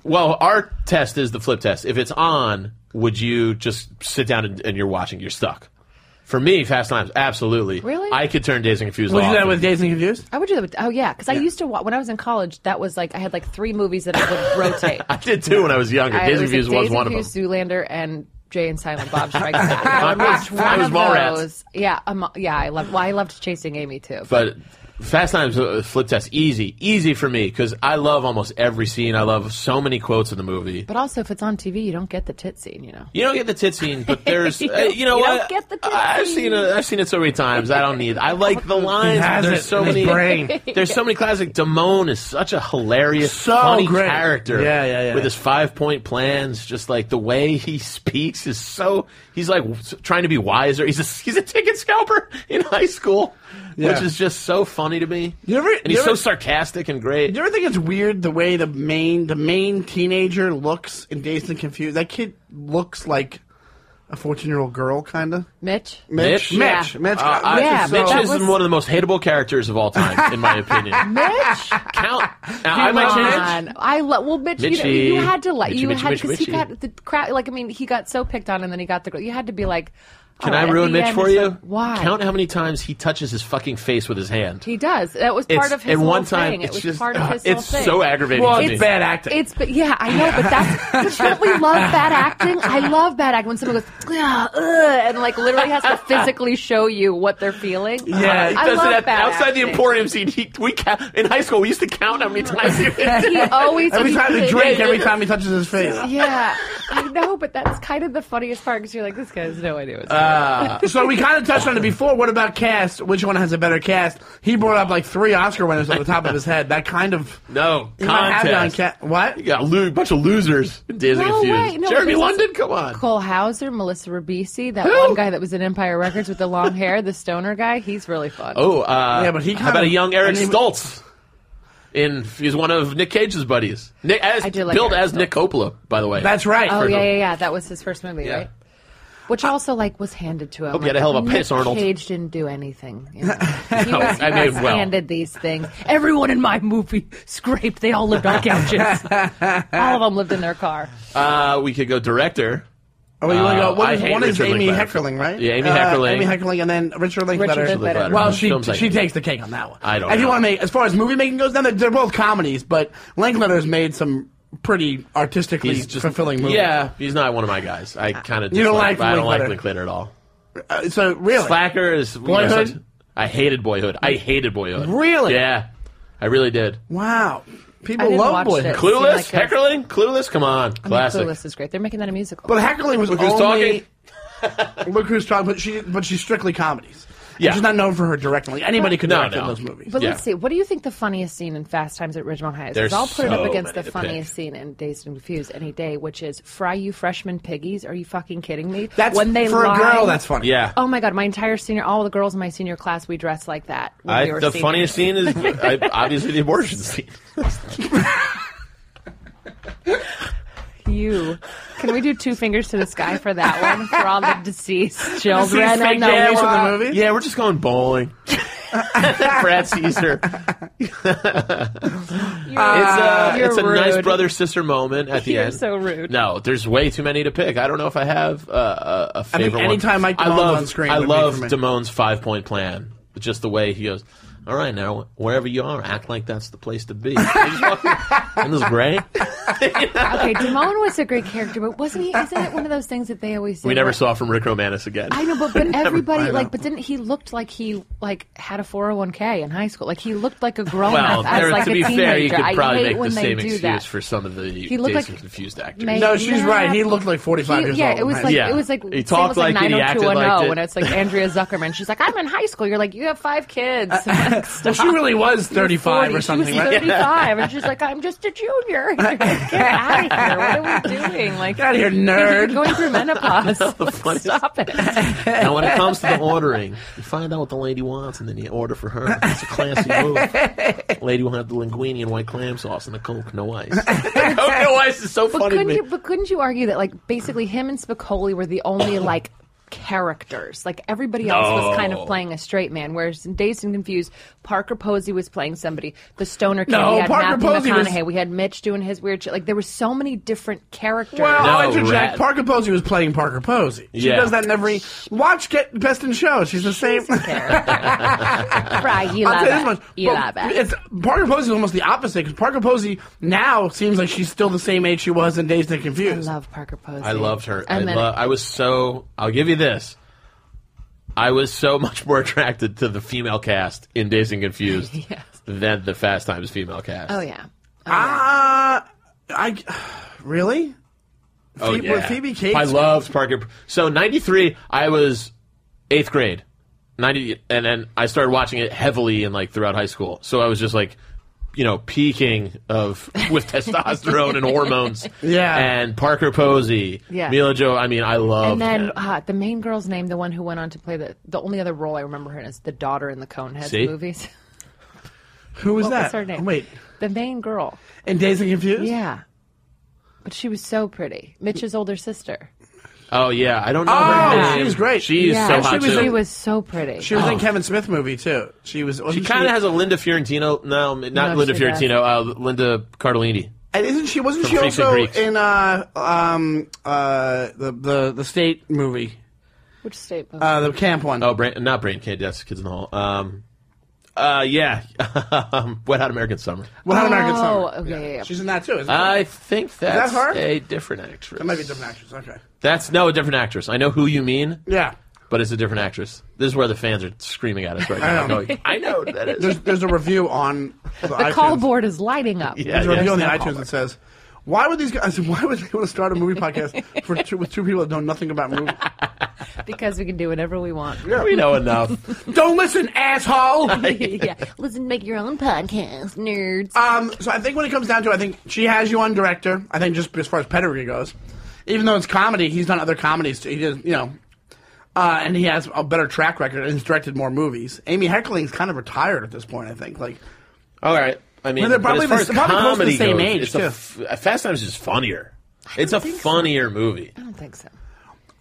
Speaker 5: well, our test is the flip test. If it's on, would you just sit down and, and you're watching? You're stuck. For me, Fast Times, absolutely.
Speaker 6: Really?
Speaker 5: I could turn Days and Confused
Speaker 7: would you
Speaker 5: off.
Speaker 7: do that with
Speaker 5: and-
Speaker 7: Dazed and Confused?
Speaker 6: I would do that. With, oh yeah, because I used to wa- when I was in college. That was like I had like three movies that I would rotate.
Speaker 5: I did too when I was younger.
Speaker 6: I-
Speaker 5: Days and
Speaker 6: it
Speaker 5: Confused
Speaker 6: like
Speaker 5: was
Speaker 6: Days
Speaker 5: one
Speaker 6: and
Speaker 5: of them.
Speaker 6: Confused, Zoolander and Jay and Silent Bob Strikes Back. I would watch
Speaker 5: I
Speaker 6: one
Speaker 5: was
Speaker 6: of
Speaker 5: Mallrats.
Speaker 6: those. Yeah, um, yeah, I loved. Well, I loved Chasing Amy too.
Speaker 5: But Fast Times uh, flip test easy, easy for me because I love almost every scene. I love so many quotes in the movie.
Speaker 6: but also, if it's on TV, you don't get the tit scene. You know.
Speaker 5: You don't get the tit scene, but there's
Speaker 6: You
Speaker 5: uh, you know
Speaker 6: don't
Speaker 5: what?
Speaker 6: get the tit
Speaker 5: I've
Speaker 6: scene.
Speaker 5: seen it. I've seen it so many times. I don't need. I like the
Speaker 7: He
Speaker 5: lines. but
Speaker 7: has
Speaker 5: There's
Speaker 7: it
Speaker 5: so
Speaker 7: in his
Speaker 5: many.
Speaker 7: brain.
Speaker 5: There's so many classic. Damone is such a hilarious,
Speaker 7: So
Speaker 5: funny
Speaker 7: great.
Speaker 5: character.
Speaker 7: Yeah, yeah, yeah.
Speaker 5: With his five point plans, just like the way he speaks is so. He's like w- trying to be wiser. He's a he's a ticket scalper in high school,
Speaker 7: Yeah.
Speaker 5: which is just so funny to me.
Speaker 7: You ever-
Speaker 5: and he's
Speaker 7: you ever-
Speaker 5: so sarcastic and great.
Speaker 7: Do you ever think it's weird the way the main the main teenager looks in Dazed and Confused? That kid looks like a fourteen year old girl, kind of.
Speaker 6: Mitch?
Speaker 5: Mitch?
Speaker 7: Mitch,
Speaker 6: Yeah.
Speaker 7: Mitch, Mitch,
Speaker 5: Uh, I-
Speaker 6: Yeah, but
Speaker 5: Mitch
Speaker 6: that
Speaker 5: is
Speaker 6: was-
Speaker 5: one of the most hateable characters of all time, in my opinion.
Speaker 6: Mitch?
Speaker 5: count. Now, I might
Speaker 6: Come
Speaker 5: change.
Speaker 6: on. I love. Well, Mitch, you, know,
Speaker 5: Mitchie.
Speaker 6: you had to like
Speaker 5: Mitchie,
Speaker 6: you
Speaker 5: Mitchie,
Speaker 6: had
Speaker 5: Mitchie,
Speaker 6: because he
Speaker 5: Mitchie.
Speaker 6: got the crap. Like I mean, he got so picked on, and then he got the. You had to be like,
Speaker 5: Can
Speaker 6: all
Speaker 5: I
Speaker 6: right, at
Speaker 5: ruin
Speaker 6: the
Speaker 5: Mitch
Speaker 6: end,
Speaker 5: for
Speaker 6: it's
Speaker 5: you?
Speaker 6: like, why?
Speaker 5: Count how many times he touches his fucking face with his hand.
Speaker 6: he does. That was part
Speaker 5: It's-
Speaker 6: of his
Speaker 5: and
Speaker 6: whole
Speaker 5: one time,
Speaker 6: thing.
Speaker 5: it's
Speaker 6: it was
Speaker 5: just uh,
Speaker 6: part of his
Speaker 5: it's
Speaker 6: whole thing.
Speaker 5: so aggravating.
Speaker 7: Well,
Speaker 5: to
Speaker 7: it's
Speaker 5: me.
Speaker 7: bad acting.
Speaker 6: It's but yeah, I know, but that's but don't we love bad acting? I love bad acting when someone goes "Ugh, ugh," and like literally has to physically show you what they're feeling.
Speaker 7: Yeah, he
Speaker 5: He
Speaker 6: I
Speaker 5: does
Speaker 6: love
Speaker 5: it at-
Speaker 6: bad
Speaker 5: outside the
Speaker 6: acting.
Speaker 5: Emporium scene. He, we ca- in high school we used to count how many times he did.
Speaker 6: He always
Speaker 7: Every
Speaker 6: he
Speaker 7: time he
Speaker 6: did-
Speaker 7: drinks, every time he touches his face.
Speaker 6: Yeah, I know, but that's kind of the funniest part because you're like, this guy has no idea what's
Speaker 5: Uh,
Speaker 6: going on.
Speaker 7: So we kind of touched on it before. What about cast? Which one has a better cast? He brought up like three Oscar winners on the top of his head. That kind of
Speaker 5: No
Speaker 7: He might have it on
Speaker 5: contest.
Speaker 7: ca- what?
Speaker 5: You got a lo- bunch of losers. in Days and
Speaker 6: No
Speaker 5: Confused.
Speaker 6: way, no,
Speaker 5: Jeremy
Speaker 6: because-
Speaker 5: London, come on.
Speaker 6: Cole Hauser, Melissa Ribisi, that
Speaker 5: Who?
Speaker 6: one guy that was in Empire Records with the long hair, the stoner guy, he's really fun.
Speaker 5: Oh, uh,
Speaker 7: Yeah, but he
Speaker 5: how about
Speaker 7: kinda-
Speaker 5: a young Eric
Speaker 7: and he-
Speaker 5: Stoltz? In he's one of Nick Cage's buddies. Nick, as,
Speaker 6: I do like
Speaker 5: billed
Speaker 6: Eric
Speaker 5: as Nick Coppola, by the way.
Speaker 7: That's right.
Speaker 6: Oh
Speaker 5: Virgil.
Speaker 6: yeah, yeah, yeah. That was his first movie,
Speaker 5: Yeah.
Speaker 6: right? Which also like was handed to him.
Speaker 5: Hope you had a hell of a
Speaker 6: Nick
Speaker 5: piss, Arnold.
Speaker 6: Cage didn't do anything. You know? He was, he
Speaker 5: I mean,
Speaker 6: was
Speaker 5: well.
Speaker 6: handed these things. Everyone in my movie scraped. They all lived on couches. all of them lived in their car.
Speaker 5: Uh, we could go director.
Speaker 7: Oh, you wanna
Speaker 5: Uh,
Speaker 7: go,
Speaker 5: I
Speaker 7: one is,
Speaker 5: hate
Speaker 7: one is
Speaker 5: Richard
Speaker 7: Amy
Speaker 5: Linklater.
Speaker 7: Heckerling, right?
Speaker 5: Yeah, Amy
Speaker 7: Uh,
Speaker 5: Heckerling.
Speaker 7: Amy Heckerling, and then Richard Linklater.
Speaker 6: Richard Linklater.
Speaker 7: Well, she
Speaker 5: Films like-
Speaker 7: she takes the cake on that one.
Speaker 5: I don't
Speaker 7: If you
Speaker 5: know.
Speaker 7: want to make, as far as movie making goes, then they're, they're both comedies, but Linklater's made some pretty artistically
Speaker 5: He's just
Speaker 7: fulfilling movies.
Speaker 5: Yeah, he's not one of my guys. I kind of
Speaker 7: You don't like
Speaker 5: I don't like Linklater
Speaker 7: Linklater.
Speaker 5: at all.
Speaker 7: Uh, so really,
Speaker 5: Slacker is you know,
Speaker 7: Boyhood?
Speaker 5: such- I hated Boyhood. I hated Boyhood.
Speaker 7: Really?
Speaker 5: Yeah, I really did.
Speaker 7: wow,
Speaker 6: I
Speaker 7: people
Speaker 6: didn't
Speaker 7: love
Speaker 6: watch
Speaker 7: Boyhood.
Speaker 6: it. Seemed
Speaker 5: Clueless,
Speaker 6: like a-
Speaker 5: Heckerling, Clueless. Come on, classic.
Speaker 6: Clueless is great. They're making that a musical.
Speaker 7: But Heckerling was
Speaker 5: Look who's
Speaker 7: only look who's talking. But she but she's strictly comedies. And
Speaker 5: Yeah.
Speaker 7: she's not known for her directing. Like, anybody could
Speaker 5: No,
Speaker 7: direct
Speaker 5: no.
Speaker 7: in those movies.
Speaker 6: But
Speaker 5: Yeah.
Speaker 6: let's see. What do you think the funniest scene in Fast Times at Ridgemont High is? 'Cause
Speaker 5: There's
Speaker 6: I'll put it up
Speaker 5: so
Speaker 6: against the
Speaker 5: many to
Speaker 6: funniest scene in Dazed and Confused any day, which is "Fry you freshman piggies." Are you fucking kidding me?
Speaker 7: that's
Speaker 6: when they
Speaker 7: for
Speaker 6: line-
Speaker 7: a girl. That's funny.
Speaker 5: Yeah.
Speaker 6: Oh my god! My entire senior, all the girls in my senior class, we dressed like that. When
Speaker 5: I,
Speaker 6: we were
Speaker 5: the
Speaker 6: seniors.
Speaker 5: funniest scene is I, obviously the abortion scene.
Speaker 6: You Can we do two fingers to the sky for that one for all the deceased children
Speaker 7: These fake
Speaker 6: and the
Speaker 7: names in the
Speaker 6: world?
Speaker 7: movie.
Speaker 5: Yeah, we're just going bowling. Brad Caesar.
Speaker 6: You're,
Speaker 5: It's uh, a,
Speaker 6: uh, you're
Speaker 5: it's a nice
Speaker 6: rude.
Speaker 5: brother sister moment at the
Speaker 6: You're
Speaker 5: end.
Speaker 6: so rude.
Speaker 5: No, there's way too many to pick. I don't know if I have uh, a, a favorite one.
Speaker 7: anytime Mike
Speaker 5: I
Speaker 7: Damone's
Speaker 5: love,
Speaker 7: on screen
Speaker 5: I
Speaker 7: would be
Speaker 5: love
Speaker 7: for me.
Speaker 5: Damone's five point plan. Just the way he goes. All right, now wherever you are, act like that's the place to be. and this is great.
Speaker 6: Okay, Damone was a great character, but wasn't he? Isn't it one of those things that they always say?
Speaker 5: We never
Speaker 6: where-
Speaker 5: saw from Rick Romanus again.
Speaker 6: I know, but, but everybody like, but didn't he looked like he like had a four hundred one k in high school? Like he looked like a grown
Speaker 5: Well,
Speaker 6: up as
Speaker 5: there-
Speaker 6: like
Speaker 5: to
Speaker 6: a
Speaker 5: be
Speaker 6: teenager.
Speaker 5: fair, you could
Speaker 6: I
Speaker 5: probably
Speaker 6: hate
Speaker 5: make
Speaker 6: when
Speaker 5: the
Speaker 6: they
Speaker 5: same
Speaker 6: do
Speaker 5: excuse
Speaker 6: that.
Speaker 5: for some of the he
Speaker 6: looked like-
Speaker 5: confused actors.
Speaker 6: May-
Speaker 7: No, she's right. He looked like 45
Speaker 6: He-
Speaker 7: years
Speaker 6: yeah,
Speaker 7: old
Speaker 6: it was
Speaker 7: in high
Speaker 6: like
Speaker 5: Yeah.
Speaker 6: it was like
Speaker 5: He
Speaker 6: say it
Speaker 5: talked
Speaker 6: was like
Speaker 5: like it, he acted like
Speaker 6: 90210 when
Speaker 5: it.
Speaker 6: it's like Andrea Zuckerman. She's like, I'm in high school. You're like, you have five kids.
Speaker 7: Uh, Well, she really was 35 or something,
Speaker 6: She was
Speaker 7: right?
Speaker 6: 35, and she's like, I'm just a junior. Get out of here. What are we doing? Like,
Speaker 7: Get out of here,
Speaker 6: You're
Speaker 7: nerd.
Speaker 6: going through menopause.
Speaker 5: funniest-
Speaker 6: Stop it.
Speaker 5: now, when it comes to the ordering, you find out what the lady wants, and then you order for her. It's a classy move. lady will have the linguine and white clam sauce and the Coke, no ice. Coke, no ice is so
Speaker 6: But
Speaker 5: funny to
Speaker 6: couldn't
Speaker 5: me.
Speaker 6: you? But couldn't you argue that like basically him and Spicoli were the only like characters? Like everybody else was kind
Speaker 5: No.
Speaker 6: of playing a straight man. Whereas in Dazed and Confused, Parker Posey was playing somebody. The stoner kid.
Speaker 7: No,
Speaker 6: we had
Speaker 7: Parker
Speaker 6: Matthew
Speaker 7: Posey was-
Speaker 6: McConaughey. We had Mitch doing his weird shit. Like there were so many different characters.
Speaker 7: Well, I'll
Speaker 5: No,
Speaker 7: interject.
Speaker 5: rat.
Speaker 7: Parker Posey was playing Parker Posey. She
Speaker 5: Yeah.
Speaker 7: does that in every. Watch Get Best in Show. She's the same.
Speaker 6: It's a character. right, you
Speaker 7: I'll
Speaker 6: love
Speaker 7: tell you this
Speaker 6: it.
Speaker 7: much.
Speaker 6: You love
Speaker 7: but
Speaker 6: it.
Speaker 7: It's, Parker Posey is almost the opposite because Parker Posey now seems like she's still the same age she was in Days and
Speaker 6: I
Speaker 7: Confused.
Speaker 6: love Parker Posey.
Speaker 5: I loved her. I,
Speaker 6: And then-
Speaker 5: lo- I was so. I'll give you this. I was so much more attracted to the female cast in Dazed and Confused
Speaker 6: Yes.
Speaker 5: than the Fast Times female cast.
Speaker 6: Oh yeah.
Speaker 7: Ah, I really.
Speaker 5: Oh,
Speaker 7: Phoebe- with Phoebe Cates-
Speaker 5: I loved Parker. So '93, I was eighth grade. '90, and then I started watching it heavily and like throughout high school. So I was just like, you know, peaking of with testosterone and hormones.
Speaker 7: Yeah.
Speaker 5: And Parker Posey,
Speaker 6: Yeah.
Speaker 5: Mila Jo. I mean, I love.
Speaker 6: And then uh, the main girl's name, the one who went on to play the the only other role I remember her in is the daughter in the Coneheads
Speaker 5: See?
Speaker 6: movies.
Speaker 7: Who was
Speaker 6: What
Speaker 7: that? Oh,
Speaker 6: was her name?
Speaker 7: Wait,
Speaker 6: the main girl.
Speaker 7: in Days and Confused.
Speaker 6: Yeah. But she was so pretty. Mitch's older sister.
Speaker 5: oh yeah, I don't know.
Speaker 7: Oh,
Speaker 5: her name.
Speaker 7: she's great.
Speaker 5: She's
Speaker 6: yeah,
Speaker 5: so
Speaker 6: she,
Speaker 5: hot
Speaker 6: was,
Speaker 5: too.
Speaker 6: she was so pretty.
Speaker 7: She was in Kevin Smith movie too. She was.
Speaker 5: Oh. she kind of has a Linda Fiorentino. No, not Linda
Speaker 6: she does.
Speaker 5: Fiorentino. Uh, Linda Cardellini.
Speaker 7: And isn't she? Wasn't
Speaker 5: From
Speaker 7: she
Speaker 5: Freaks and
Speaker 7: also
Speaker 5: Greeks.
Speaker 7: in uh um uh the the the state movie
Speaker 6: Which state movie?
Speaker 7: uh the camp one?
Speaker 5: Oh, brain, not brain kid. That's kids in the hall. Um, uh, yeah, Um, Wet Hot American Summer.
Speaker 7: well, not American
Speaker 6: oh,
Speaker 7: Summer.
Speaker 6: okay, yeah, yeah.
Speaker 7: She's in that too. Isn't it?
Speaker 5: I think that's
Speaker 7: that her?
Speaker 5: a different actress.
Speaker 7: That might be a different actress. Okay.
Speaker 5: That's no a different actress. I know who you mean,
Speaker 7: Yeah.
Speaker 5: but it's a different actress. This is where the fans are screaming at us right now.
Speaker 7: I know.
Speaker 5: going, I know who that is.
Speaker 7: There's there's a review on the,
Speaker 6: The
Speaker 7: iTunes.
Speaker 6: call board is lighting up.
Speaker 5: Yeah,
Speaker 7: There's a review on the
Speaker 5: yeah.
Speaker 7: iTunes that says, "Why would these guys? Why would they want to start a movie podcast for two, with two people that know nothing about movies?
Speaker 6: Because we can do whatever we want.
Speaker 5: We know enough.
Speaker 7: Don't listen, asshole."
Speaker 6: yeah. Listen, make your own podcast, nerds.
Speaker 7: Um, so I think when it comes down to, it, I think she has you on director. I think just as far as pedigree goes, even though it's comedy, he's done other comedies. Too. He does, you know, uh, and he has a better track record and he's directed more movies. Amy Heckling's kind of retired at this point, I think. Like,
Speaker 5: All right. I mean,
Speaker 7: Well, they're
Speaker 5: but as
Speaker 7: probably
Speaker 5: far
Speaker 7: the-
Speaker 5: as
Speaker 7: probably close to the
Speaker 5: comedy
Speaker 7: same
Speaker 5: goes,
Speaker 7: age,
Speaker 5: it's a
Speaker 7: too.
Speaker 5: f- uh, Fast Times is funnier. It's a funnier movie.
Speaker 6: I don't think so.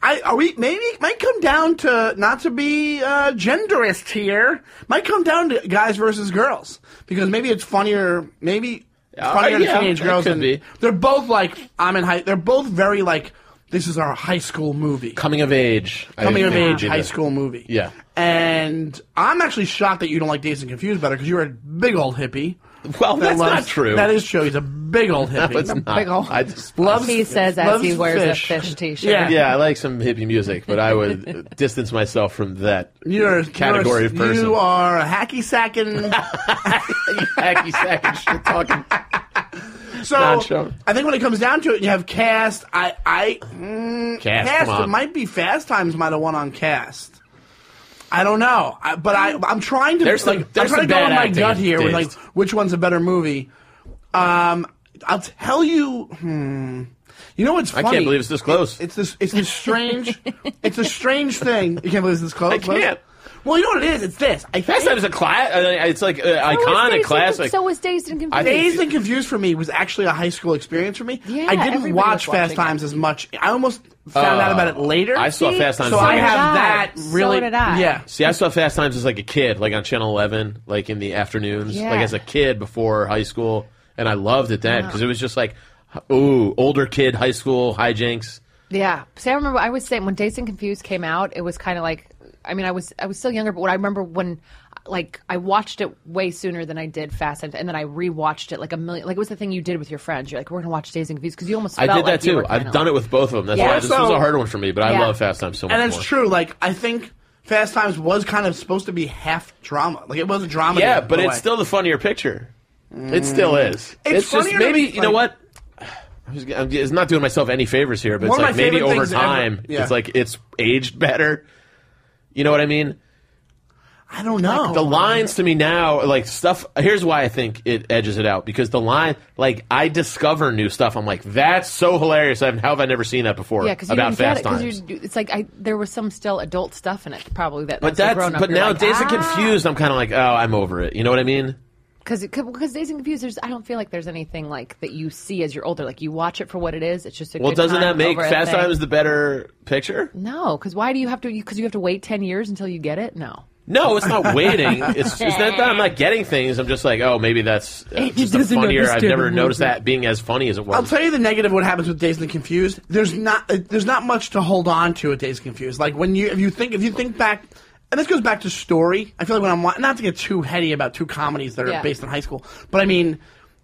Speaker 7: I are we maybe it might come down to not to be uh, genderist here. Might come down to guys versus girls because maybe it's funnier. Maybe it's
Speaker 5: Uh,
Speaker 7: funnier
Speaker 5: yeah,
Speaker 7: to teenage
Speaker 5: it
Speaker 7: girls.
Speaker 5: could
Speaker 7: and
Speaker 5: be.
Speaker 7: They're both like I'm in high. They're both very like this is our high school movie.
Speaker 5: Coming of age. I
Speaker 7: coming of
Speaker 5: think would
Speaker 7: age
Speaker 5: be
Speaker 7: high
Speaker 5: the-
Speaker 7: school movie.
Speaker 5: Yeah.
Speaker 7: And I'm actually shocked that you don't like Dazed and Confused better because you're a big old hippie.
Speaker 5: Well,
Speaker 7: that
Speaker 5: that's not
Speaker 7: loves-
Speaker 5: true.
Speaker 7: That is true. He's a big old hippie.
Speaker 5: It's not.
Speaker 6: Big ol'-
Speaker 5: I just
Speaker 7: Loves-
Speaker 6: He says as
Speaker 7: loves
Speaker 6: he wears
Speaker 7: fish.
Speaker 6: a fish t-shirt.
Speaker 7: Yeah.
Speaker 5: yeah, I like some hippie music, but I would distance myself from that
Speaker 7: You're a
Speaker 5: category
Speaker 7: you're a-
Speaker 5: of person.
Speaker 7: You are a hacky sacking.
Speaker 5: hacky sack shit talking.
Speaker 7: so
Speaker 5: Nacho.
Speaker 7: I think when it comes down to it, you have cast. I I mm,
Speaker 5: Cast, come on.
Speaker 7: It might be Fast Times might have won on cast. I don't know, I, but I I'm trying to
Speaker 5: There's some-
Speaker 7: like
Speaker 5: there's
Speaker 7: I'm
Speaker 5: some
Speaker 7: trying to go
Speaker 5: bad
Speaker 7: on my
Speaker 5: acting
Speaker 7: gut here with like
Speaker 5: days.
Speaker 7: which one's a better movie. Um, I'll tell you. Hmm. You know what's funny?
Speaker 5: can't believe it's this close.
Speaker 7: It- it's this. It's this strange. it's a strange thing. You can't believe it's this close.
Speaker 5: I can't.
Speaker 7: Well, you know what it is? It's this. I
Speaker 5: Fast
Speaker 7: think-
Speaker 5: Times is a class. It's like uh,
Speaker 6: So was
Speaker 5: iconic,
Speaker 6: Dazed and-
Speaker 5: classic.
Speaker 6: So was Dazed and Confused.
Speaker 5: I think-
Speaker 7: Dazed and Confused for me was actually a high school experience for me.
Speaker 6: Yeah,
Speaker 7: I didn't
Speaker 6: everybody
Speaker 7: watch
Speaker 6: was
Speaker 7: Fast
Speaker 6: watching
Speaker 7: Times as much. I almost found out about it later.
Speaker 5: Uh, I saw
Speaker 6: See?
Speaker 5: Fast Times.
Speaker 7: so
Speaker 5: as
Speaker 7: I
Speaker 5: a-
Speaker 6: did
Speaker 7: have
Speaker 6: I.
Speaker 7: that
Speaker 6: So
Speaker 7: really.
Speaker 6: did I.
Speaker 7: Yeah.
Speaker 5: See, I saw Fast Times as like a kid, like on Channel 11, like in the afternoons,
Speaker 6: Yeah.
Speaker 5: like as a kid before high school, and I loved it then because it was just like, ooh, older kid, high school hijinks.
Speaker 6: Yeah. See, I remember I was saying when Dazed and Confused came out, it was kind of like, I mean, I was I was still younger, but what I remember when, like, I watched it way sooner than I did Fast Times, and then I rewatched it like a million. Like it was the thing you did with your friends. You're like, we're gonna watch Dazed and Confused because you almost.
Speaker 5: I
Speaker 6: felt
Speaker 5: did that
Speaker 6: like you
Speaker 5: too.
Speaker 6: were kinda
Speaker 5: I've done
Speaker 6: like-
Speaker 5: it with both of them. That's
Speaker 6: Yeah.
Speaker 5: why this was
Speaker 7: Also-
Speaker 5: a hard one for me, but I
Speaker 6: Yeah.
Speaker 5: love Fast Times so much.
Speaker 7: And it's
Speaker 5: more.
Speaker 7: true. Like I think Fast Times was kind of supposed to be half drama. Like it was a drama.
Speaker 5: Yeah,
Speaker 7: in a
Speaker 5: but it's
Speaker 7: way.
Speaker 5: still the funnier picture. It still is. It's, just
Speaker 7: funnier to
Speaker 5: maybe
Speaker 7: me,
Speaker 5: you know
Speaker 7: like-
Speaker 5: what. I was, I'm it's not doing myself any favors here, but
Speaker 7: One
Speaker 5: it's
Speaker 7: of
Speaker 5: like
Speaker 7: my
Speaker 5: maybe
Speaker 7: favorite
Speaker 5: over
Speaker 7: things ever-
Speaker 5: time,
Speaker 7: yeah.
Speaker 5: it's like it's aged better. You know what I mean?
Speaker 7: I don't know.
Speaker 5: The lines to me now, like stuff. Here's why I think it edges it out because the line, like I discover new stuff. I'm like, that's so hilarious. I've, how have I never seen that before?
Speaker 6: Yeah, because you
Speaker 5: about
Speaker 6: didn't get
Speaker 5: Fast
Speaker 6: it
Speaker 5: Times.
Speaker 6: because it's like I there was some still adult stuff in it probably that.
Speaker 5: but
Speaker 6: as a
Speaker 5: that's
Speaker 6: grown-up,
Speaker 5: but
Speaker 6: you're
Speaker 5: now
Speaker 6: like,
Speaker 5: Days
Speaker 6: ah.
Speaker 5: of Confused. I'm kind of like, oh, I'm over it. You know what I mean?
Speaker 6: because because Dazed and Confused, there's I don't feel like there's anything like that you see as you're older. Like you watch it for what it is. It's just a
Speaker 5: Well,
Speaker 6: good
Speaker 5: doesn't that
Speaker 6: time
Speaker 5: make
Speaker 6: over a
Speaker 5: Fast
Speaker 6: thing.
Speaker 5: Times the better picture?
Speaker 6: No, because why do you have to? Because you, have to wait ten years until you get it. No,
Speaker 5: No, it's not waiting. It's, it's not that I'm not getting things. I'm just like, oh, maybe that's uh,
Speaker 6: He
Speaker 5: just a
Speaker 6: doesn't
Speaker 5: funnier. I've
Speaker 6: understand
Speaker 5: never
Speaker 6: the
Speaker 5: noticed
Speaker 6: movie.
Speaker 5: that being as funny as it
Speaker 7: I'll
Speaker 5: was.
Speaker 7: tell you the negative. What happens with Dazed and Confused? There's not. Uh, there's not much to hold on to at Dazed and Confused. Like when you, if you think, if you think back, and this goes back to story. I feel like when I'm wa- not to get too heady about two comedies that are
Speaker 6: Yeah.
Speaker 7: based on high school, but I mean,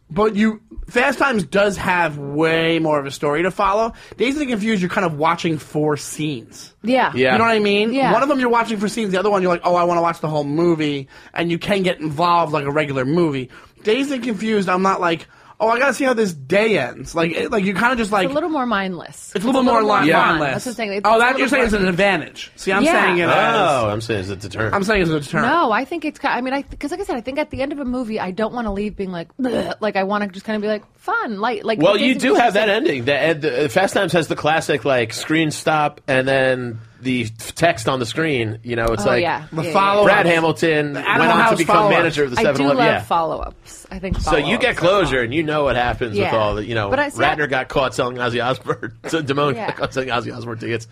Speaker 7: but you Fast Times does have way more of a story to follow. Dazed and Confused, you're kind of watching four scenes.
Speaker 6: yeah,
Speaker 5: Yeah.
Speaker 7: You know what I mean?
Speaker 6: Yeah.
Speaker 7: One of them you're watching for scenes, the other one you're like, oh, I want to watch the whole movie, and you can get involved like a regular movie. Dazed and confused, I'm not like, oh, I gotta see how this day ends. Like, it, like you kind of just like
Speaker 6: It's a little more mindless.
Speaker 7: It's a little bit more line
Speaker 5: Yeah.
Speaker 6: That's
Speaker 7: mindless.
Speaker 6: what I'm saying. It's
Speaker 7: oh,
Speaker 6: a
Speaker 7: that
Speaker 6: little
Speaker 7: you're saying
Speaker 6: more-
Speaker 7: is an advantage. See, I'm
Speaker 6: Yeah.
Speaker 7: saying it.
Speaker 5: oh,
Speaker 7: As,
Speaker 5: I'm saying it's a deterrent.
Speaker 7: I'm saying it's a deterrent.
Speaker 6: No, I think it's. ki- I mean, I because like I said, I think at the end of a movie, I don't want to leave being like, "Bleh." like I want to just kind of be like fun, light. Like
Speaker 5: well,
Speaker 6: Dazed
Speaker 5: you
Speaker 6: and
Speaker 5: do
Speaker 6: Confused
Speaker 5: have that
Speaker 6: is-
Speaker 5: ending. The, and the uh, Fast Times has the classic like screen stop and then the f- text on the screen. You know, it's
Speaker 6: Oh
Speaker 5: like
Speaker 6: yeah,
Speaker 7: The
Speaker 6: yeah, yeah,
Speaker 7: follow-
Speaker 5: Brad
Speaker 7: Follow-ups.
Speaker 5: Hamilton
Speaker 7: The
Speaker 5: went
Speaker 7: Animal
Speaker 5: on to
Speaker 7: House
Speaker 5: become
Speaker 7: follow-up.
Speaker 5: manager of the
Speaker 6: yeah. I do
Speaker 5: 7
Speaker 6: love
Speaker 5: Eleven. Yeah.
Speaker 6: follow-ups. I think
Speaker 5: So you get
Speaker 6: follow-ups are
Speaker 5: closure,
Speaker 6: fun.
Speaker 5: and you know what happens with
Speaker 6: Yeah.
Speaker 5: all the, you know,
Speaker 6: But I- see, I-
Speaker 5: Ratner got caught selling Ozzy Osbourne, so Damone
Speaker 6: Yeah.
Speaker 5: got caught selling Ozzy Osbourne tickets.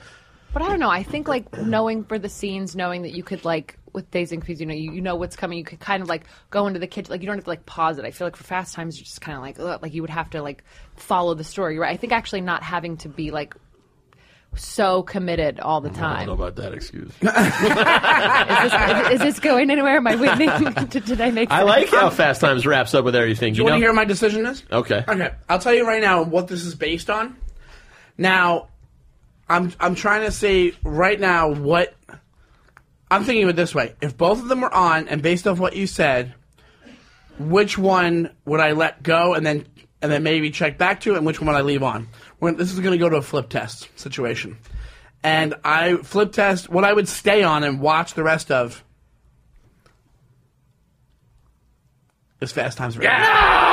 Speaker 6: But I don't know. I think like knowing for the scenes, knowing that you could like with Days and Confused, you know, you, you know what's coming. You could kind of like go into the kitchen, like you don't have to like pause it. I feel like for Fast Times, you're just kind of like ugh, like you would have to like follow the story. Right? I think actually not having to be like so committed all the
Speaker 5: I don't
Speaker 6: time.
Speaker 5: know about that excuse.
Speaker 6: Is this, is this going anywhere? Am I winning? did, did I make?
Speaker 5: I
Speaker 6: sense?
Speaker 5: like how Fast Times wraps up with everything.
Speaker 7: Do you,
Speaker 5: know?
Speaker 7: want to hear what my decision is?
Speaker 5: Okay.
Speaker 7: Okay. I'll tell you right now what this is based on. Now, I'm I'm trying to say right now what I'm thinking of it this way. If both of them were on and based off what you said, which one would I let go and then and then maybe check back to and which one would I leave on? When this is going to go to a flip test situation. And I flip test what I would stay on and watch the rest of is Fast Times. Yeah!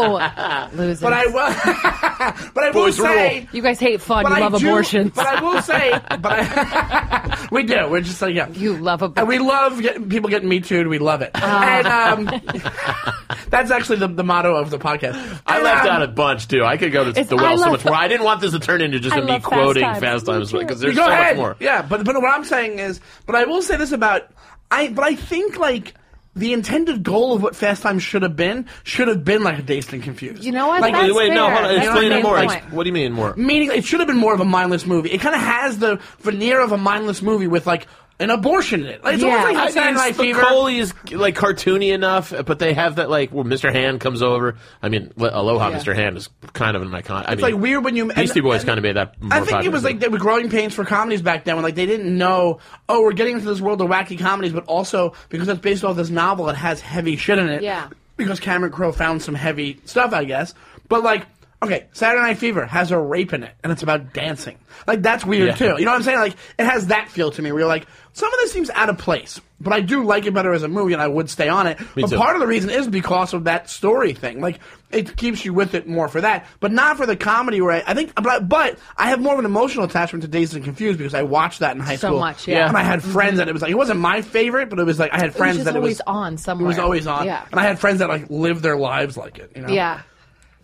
Speaker 6: Oh, losers.
Speaker 7: But I will But I will
Speaker 5: Boys rule.
Speaker 7: say
Speaker 6: you guys hate fun.
Speaker 7: but
Speaker 6: You
Speaker 7: I
Speaker 6: love
Speaker 7: do-
Speaker 6: abortions.
Speaker 7: But I will say, but I, we do. We're just like yeah.
Speaker 6: you love
Speaker 7: And we
Speaker 6: abortions.
Speaker 7: love getting, people getting me too. We love it. And
Speaker 6: Ah.
Speaker 7: um, that's actually the, the motto of the podcast.
Speaker 5: I
Speaker 7: And,
Speaker 5: left
Speaker 7: um,
Speaker 5: out a bunch too. I could go to
Speaker 6: It's-
Speaker 5: the
Speaker 6: I
Speaker 5: well so
Speaker 6: love-
Speaker 5: much more. I didn't want this to turn into just
Speaker 6: I
Speaker 5: a me
Speaker 6: love Fast
Speaker 5: quoting
Speaker 6: Times.
Speaker 5: Fast
Speaker 6: Me
Speaker 5: Times
Speaker 6: too.
Speaker 5: because there's
Speaker 7: Go
Speaker 5: so
Speaker 7: ahead.
Speaker 5: much more.
Speaker 7: Yeah, but but what I'm saying is, but I will say this about I. But I think like. The intended goal of what Fast Times should have been should have been like a Dazed and Confused.
Speaker 6: You know what?
Speaker 7: Like,
Speaker 6: That's
Speaker 5: Wait, wait, no,
Speaker 6: fair.
Speaker 5: hold on.
Speaker 6: That's
Speaker 5: Explain
Speaker 6: the
Speaker 5: it
Speaker 6: main
Speaker 5: more.
Speaker 6: point.
Speaker 5: Ex- What do you mean more?
Speaker 7: meaning it should have been more of a mindless movie. It kind of has the veneer of a mindless movie with like an abortion in it. Like, it's
Speaker 6: Yeah.
Speaker 5: I
Speaker 7: almost like
Speaker 5: think
Speaker 7: Saturday Night Fever.
Speaker 5: Spicoli is like cartoony enough, but they have that like where Mr. Hand comes over. I mean, Lo- Aloha, Mr. Hand is kind of an icon. I
Speaker 7: It's
Speaker 5: mean,
Speaker 7: like weird when you
Speaker 5: Beastie
Speaker 7: and-
Speaker 5: Boys
Speaker 7: and-
Speaker 5: kind of made that. More
Speaker 7: I think it
Speaker 5: popular.
Speaker 7: was like they were growing pains for comedies back then when like they didn't know oh we're getting into this world of wacky comedies but also because it's based off this novel it has heavy shit in it
Speaker 6: Yeah.
Speaker 7: because Cameron Crowe found some heavy stuff I guess but like Okay, Saturday Night Fever has a rape in it, and it's about dancing. Like that's weird
Speaker 5: Yeah.
Speaker 7: too. You know what I'm saying? Like it has that feel to me. Where you're like, some of this seems out of place, but I do like it better as a movie, and I would stay on it.
Speaker 5: Me
Speaker 7: but
Speaker 5: too.
Speaker 7: part of the reason is because of that story thing. Like it keeps you with it more for that, but not for the comedy. Where I, I think, but, but I have more of an emotional attachment to Dazed and Confused because I watched that in high
Speaker 6: So
Speaker 7: school.
Speaker 6: much, yeah. Mm-hmm.
Speaker 7: And I had friends that it was like it wasn't my favorite, but it was like I had
Speaker 6: It was
Speaker 7: friends
Speaker 6: just
Speaker 7: that it
Speaker 6: always
Speaker 7: was
Speaker 6: on
Speaker 7: It
Speaker 6: somewhere.
Speaker 7: was always on,
Speaker 6: Yeah.
Speaker 7: and I had friends that like lived their lives like it. You know?
Speaker 6: yeah.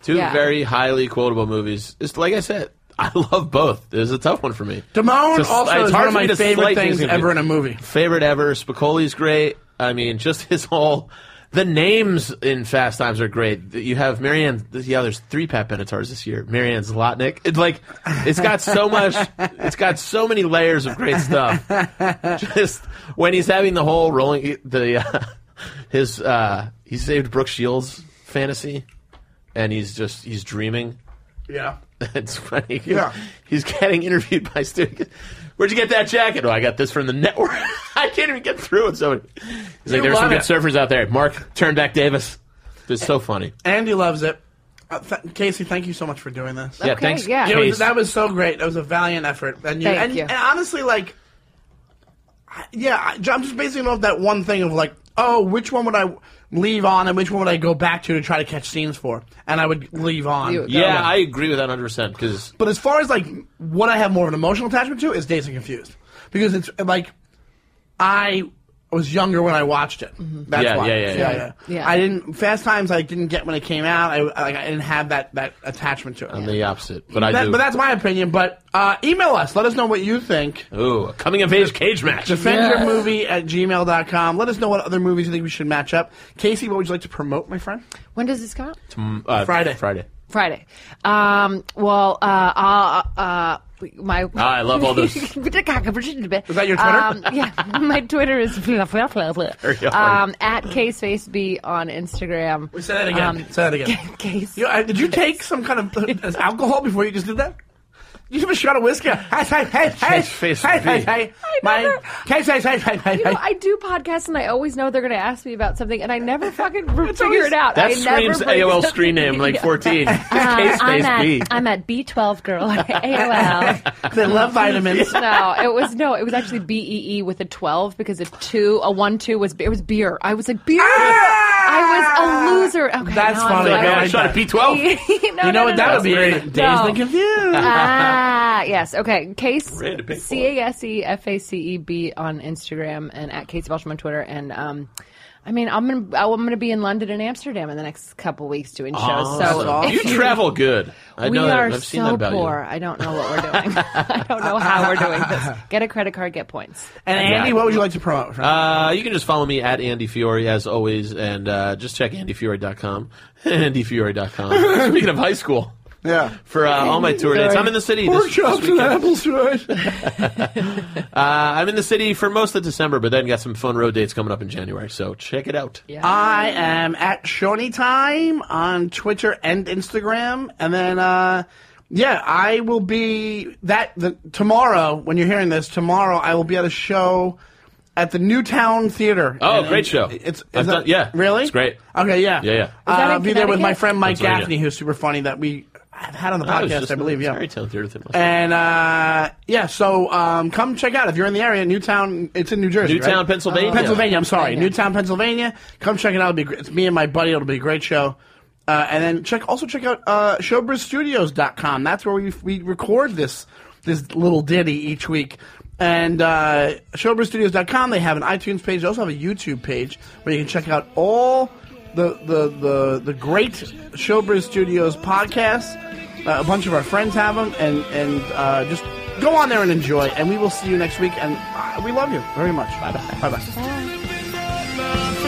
Speaker 5: Two
Speaker 6: Yeah.
Speaker 5: very highly quotable movies. It's like I said, I love both. This is a tough one for me.
Speaker 7: Damone
Speaker 5: It's a-
Speaker 7: also
Speaker 5: it's hard
Speaker 7: is one of
Speaker 5: for me
Speaker 7: my
Speaker 5: to
Speaker 7: favorite
Speaker 5: slight
Speaker 7: things
Speaker 5: these
Speaker 7: ever in a movie.
Speaker 5: Favorite ever. Spicoli's great. I mean, just his whole. The names in Fast Times are great. You have Marianne. Yeah, there's three Pat Benatars this year. Marianne Zlotnick. It's like, it's got so much. It's got so many layers of great stuff. Just when he's having the whole rolling the uh, his uh, he saved Brooke Shields fantasy, and he's just he's dreaming.
Speaker 7: Yeah.
Speaker 5: It's funny. 'cause
Speaker 7: Yeah.
Speaker 5: He's getting interviewed by students. Where'd you get that jacket? Oh, I got this from the network. I can't even get through with somebody. He's like,
Speaker 7: You
Speaker 5: there's some good
Speaker 7: love
Speaker 5: surfers out there. Mark, turn back Davis. It's so funny.
Speaker 7: Andy loves it. Uh, th- Casey, thank you so much for doing this.
Speaker 5: yeah,
Speaker 6: Okay,
Speaker 5: thanks.
Speaker 6: yeah.
Speaker 7: It
Speaker 5: Case.
Speaker 7: was- that was so great. That was a valiant effort. And you,
Speaker 6: Thank
Speaker 7: and,
Speaker 6: you.
Speaker 7: and honestly, like, I- yeah, I- I'm just basing it off that one thing of like, oh, which one would I leave on and which one would I go back to to try to catch scenes for? And I would leave on.
Speaker 6: You-
Speaker 5: yeah, I agree with that 100% because
Speaker 7: But as far as like what I have more of an emotional attachment to is Days and Confused because it's like I was younger when I watched it. That's
Speaker 5: Yeah,
Speaker 7: why.
Speaker 5: yeah, yeah, yeah.
Speaker 6: Mm-hmm. Yeah.
Speaker 7: I didn't Fast Times. I didn't get when it came out. I like, I didn't have that that attachment to it.
Speaker 5: I'm the opposite. But I
Speaker 7: That-
Speaker 5: do.
Speaker 7: But that's my opinion. But uh, email us. Let us know what you think.
Speaker 5: Ooh, a coming of age cage match.
Speaker 7: Defendyourmovie at gmail.com. Let us know what other movies you think we should match up. Casey, what would you like to promote, my friend?
Speaker 6: When does this come out?
Speaker 5: Uh,
Speaker 7: Friday.
Speaker 5: Friday.
Speaker 6: Friday. Um, well, uh, uh, uh, my.
Speaker 5: Ah, I love all those.
Speaker 6: Is that
Speaker 7: your Twitter?
Speaker 6: Um, yeah, my Twitter is um, at casefaceb on Instagram.
Speaker 7: Say that again.
Speaker 6: Um,
Speaker 7: Say that again.
Speaker 6: Case.
Speaker 7: You, uh, did you take some kind of uh, alcohol before you just did that? You have a shot of whiskey. Hey, hey, hey, hey,
Speaker 5: Case face
Speaker 7: hey, hey,
Speaker 5: reveal.
Speaker 7: hey.
Speaker 6: I
Speaker 7: My
Speaker 6: never-
Speaker 7: case, hey, hey, hey, hey,
Speaker 6: You know,
Speaker 7: hey.
Speaker 6: I do podcasts and I always know they're going to ask me about something, and I never fucking re- figure
Speaker 7: always-
Speaker 6: it out.
Speaker 5: That
Speaker 6: I never
Speaker 5: screams
Speaker 6: bring
Speaker 5: AOL
Speaker 6: something-
Speaker 5: screen name like
Speaker 6: Yeah.
Speaker 5: 14.
Speaker 6: Uh,
Speaker 5: Case
Speaker 6: I'm,
Speaker 5: face B.
Speaker 6: at, I'm at B12 girl at AOL.
Speaker 7: They love vitamins.
Speaker 6: No, it was no, it was actually B E E with a twelve because a two, a one two was it was beer. I was like beer. I was a loser. Okay,
Speaker 7: That's
Speaker 6: now I'm
Speaker 7: funny.
Speaker 5: Like,
Speaker 6: like-
Speaker 5: man, I shot a B12.
Speaker 6: no,
Speaker 7: You know what that would be? Dazed
Speaker 6: No.
Speaker 7: and confused.
Speaker 6: Ah, yes. Okay. Case
Speaker 5: Red to pink
Speaker 6: C A S E F A C E B on Instagram and at Case Belsham on Twitter. And um, I mean, I'm gonna oh, I'm gonna be in London and Amsterdam in the next couple weeks doing shows. so
Speaker 7: awesome.
Speaker 5: Oh, You travel good. I
Speaker 6: we
Speaker 5: know that.
Speaker 6: are
Speaker 5: I've seen
Speaker 6: so
Speaker 5: that about
Speaker 6: poor.
Speaker 5: you.
Speaker 6: I don't know what we're doing. I don't know how we're doing this. Get a credit card, get points.
Speaker 7: And Andy, what would you like to promote? my friend?
Speaker 5: Uh, you can just follow me at Andy Fiore as always, and uh, just check andyfiore.com. andyfiore.com. Speaking of high school,
Speaker 7: yeah.
Speaker 5: for uh, all my tour dates, I'm in the city.
Speaker 7: Pork
Speaker 5: This, this
Speaker 7: chops and
Speaker 5: weekend. Uh,
Speaker 7: apples tonight.
Speaker 5: I'm in the city for most of December, but then got some fun road dates coming up in January. So check it out.
Speaker 6: Yeah.
Speaker 7: I am at Shoney Time on Twitter and Instagram, and then uh, yeah, I will be that the, tomorrow when you're hearing this. Tomorrow, I will be at a show at the Newtown Theater.
Speaker 5: Oh,
Speaker 7: And-
Speaker 5: great
Speaker 7: and
Speaker 5: show.
Speaker 7: It's
Speaker 5: I've
Speaker 7: is
Speaker 5: done-
Speaker 7: that-
Speaker 5: yeah,
Speaker 7: really
Speaker 5: it's great.
Speaker 7: Okay, yeah,
Speaker 5: Yeah, yeah. Is
Speaker 7: Uh,
Speaker 6: that in
Speaker 7: I'll be there with my
Speaker 6: Connecticut?
Speaker 7: friend Mike
Speaker 5: Pennsylvania.
Speaker 7: Gaffney, who's super funny that we have had on the
Speaker 5: I was
Speaker 7: podcast,
Speaker 5: just
Speaker 7: I
Speaker 5: in the
Speaker 7: believe. Yeah,
Speaker 5: Tarrytown Theater with him.
Speaker 7: and uh, yeah, so um, come check out if you're in the area. Newtown, it's in New Jersey.
Speaker 5: Newtown,
Speaker 7: right?
Speaker 5: Pennsylvania.
Speaker 7: Pennsylvania. I'm sorry,
Speaker 6: Pennsylvania.
Speaker 7: Newtown, Pennsylvania. Come check it out. It'll be great. It's me and my buddy. It'll be a great show. Uh, and then check also check out uh, showbizstudios.com. That's where we we record this this little ditty each week. And uh, showbizstudios.com. They have an iTunes page. They also have a YouTube page where you can check out all the the the, the great Showbiz Studios podcasts. Uh, a bunch of our friends have them, and and uh, just go on there and enjoy. And we will see you next week. And uh, we love you very much. Bye bye. Bye bye.
Speaker 4: my friend.